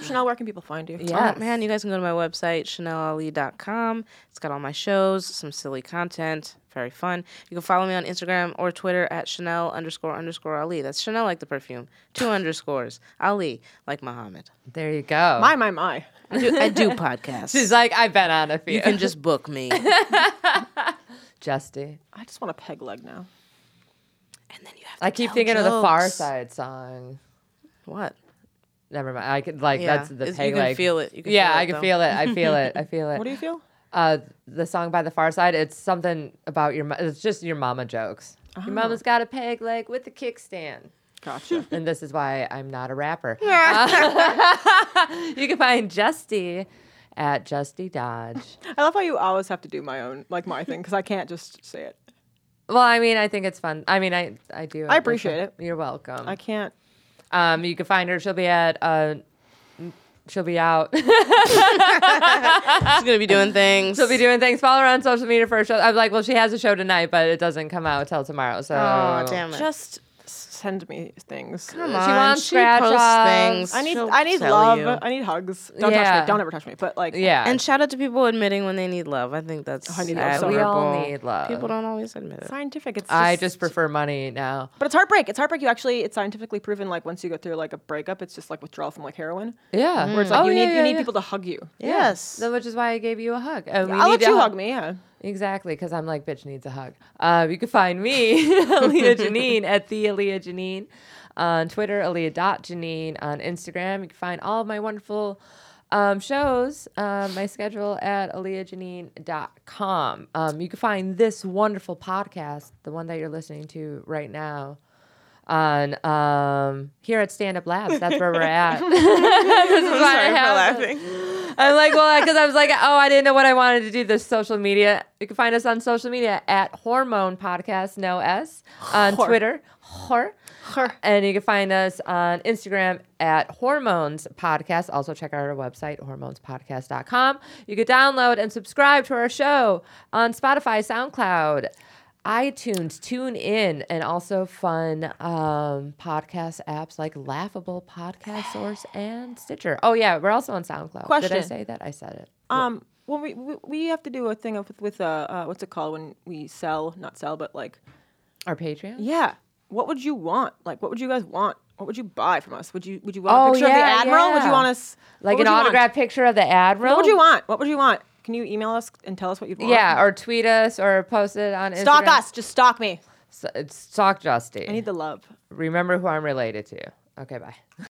Chanel, where can people find you? Yeah. Oh, man, you guys can go to my website, chanelali.com. It's got all my shows, some silly content, very fun. You can follow me on Instagram or Twitter at Chanel underscore underscore Ali. That's Chanel like the perfume. Two underscores. Ali like Muhammad. There you go. My my my. I do, I do podcasts. She's like, I've been on a few. you can just book me. And Justy. I just want a peg leg now. then you have to I keep tell thinking of the Far jokes. Side song. What? Never mind. I could like Yeah. that's the It's- peg you can leg. feel it. You can yeah, feel I it, can though. feel it. I feel it. I feel it. What do you feel? Uh, the song by the Far Side. It's something about your. mo- It's just your mama jokes. Your Ah. mama's got a peg leg with a kickstand. Gotcha. and this is why I'm not a rapper. you can find Justy at Justy Dodge. I love how you always have to do my own like my thing because I can't just say it. Well, I mean, I think it's fun. I mean, I I do. I appreciate it. You're welcome. I can't. Um, you can find her. She'll be at. Uh, she'll be out. She's gonna be doing things. she'll be doing things. Follow her on social media for her show. I'm like, well, she has a show tonight, but it doesn't come out till tomorrow. So Oh damn it! Just send me things. Come she on, wants she scratch posts offs. things. I need She'll I need tell love. you. I need hugs. Don't touch Yeah. me. Don't ever touch me. But like yeah. And shout out to people admitting when they need love. I think that's I need love so admirable. much. we all need love. People don't always admit it. scientific. It's I just prefer money now. But it's heartbreak. It's heartbreak. You actually, it's scientifically proven. Like once you go through like a breakup, it's just like withdrawal from like heroin. Yeah. Where it's like Oh, you yeah, need yeah, you need yeah. people to hug you. Yes. Then Which is why I gave you a hug. And we I'll need let to you hug me. Yeah. Exactly, because I'm like, bitch needs a hug. Uh, you can find me, Aaliyah Janine, at the Aaliyah Janine on Twitter, Aaliyah.Janine on Instagram. You can find all of my wonderful um, shows, uh, my schedule at AaliyahJanine.com. Um, you can find this wonderful podcast, the one that you're listening to right now. On um, here at Stand Up Labs, that's where we're at. this is why I have this. I'm like, well, because I was like, oh, I didn't know what I wanted to do. This social media. You can find us on social media at Hormone Podcast, no S, on Whore. Twitter, whore. Whore. And you can find us on Instagram at Hormones Podcast. Also, check out our website, hormonespodcast.com. You can download and subscribe to our show on Spotify, SoundCloud, iTunes, TuneIn, and also fun um, podcast apps like Laughable Podcast Source and Stitcher. Oh, yeah, we're also on SoundCloud. Did I Question. say that? I said it. Um. Well, we, we we have to do a thing of, with uh, uh what's it called when we sell not sell but like Our Patreon? yeah what would you want like what would you guys want what would you buy from us would you would you want Oh, a picture yeah, of the admiral would yeah. you want us Like what would an you want? autographed picture of the Admiral? what would you want what would you want can you email us and tell us what you'd want Yeah, or tweet us or post it on stalk Instagram. us just stalk me S- it's Stalk Justy. I need the love Remember who I'm related to. Okay, bye.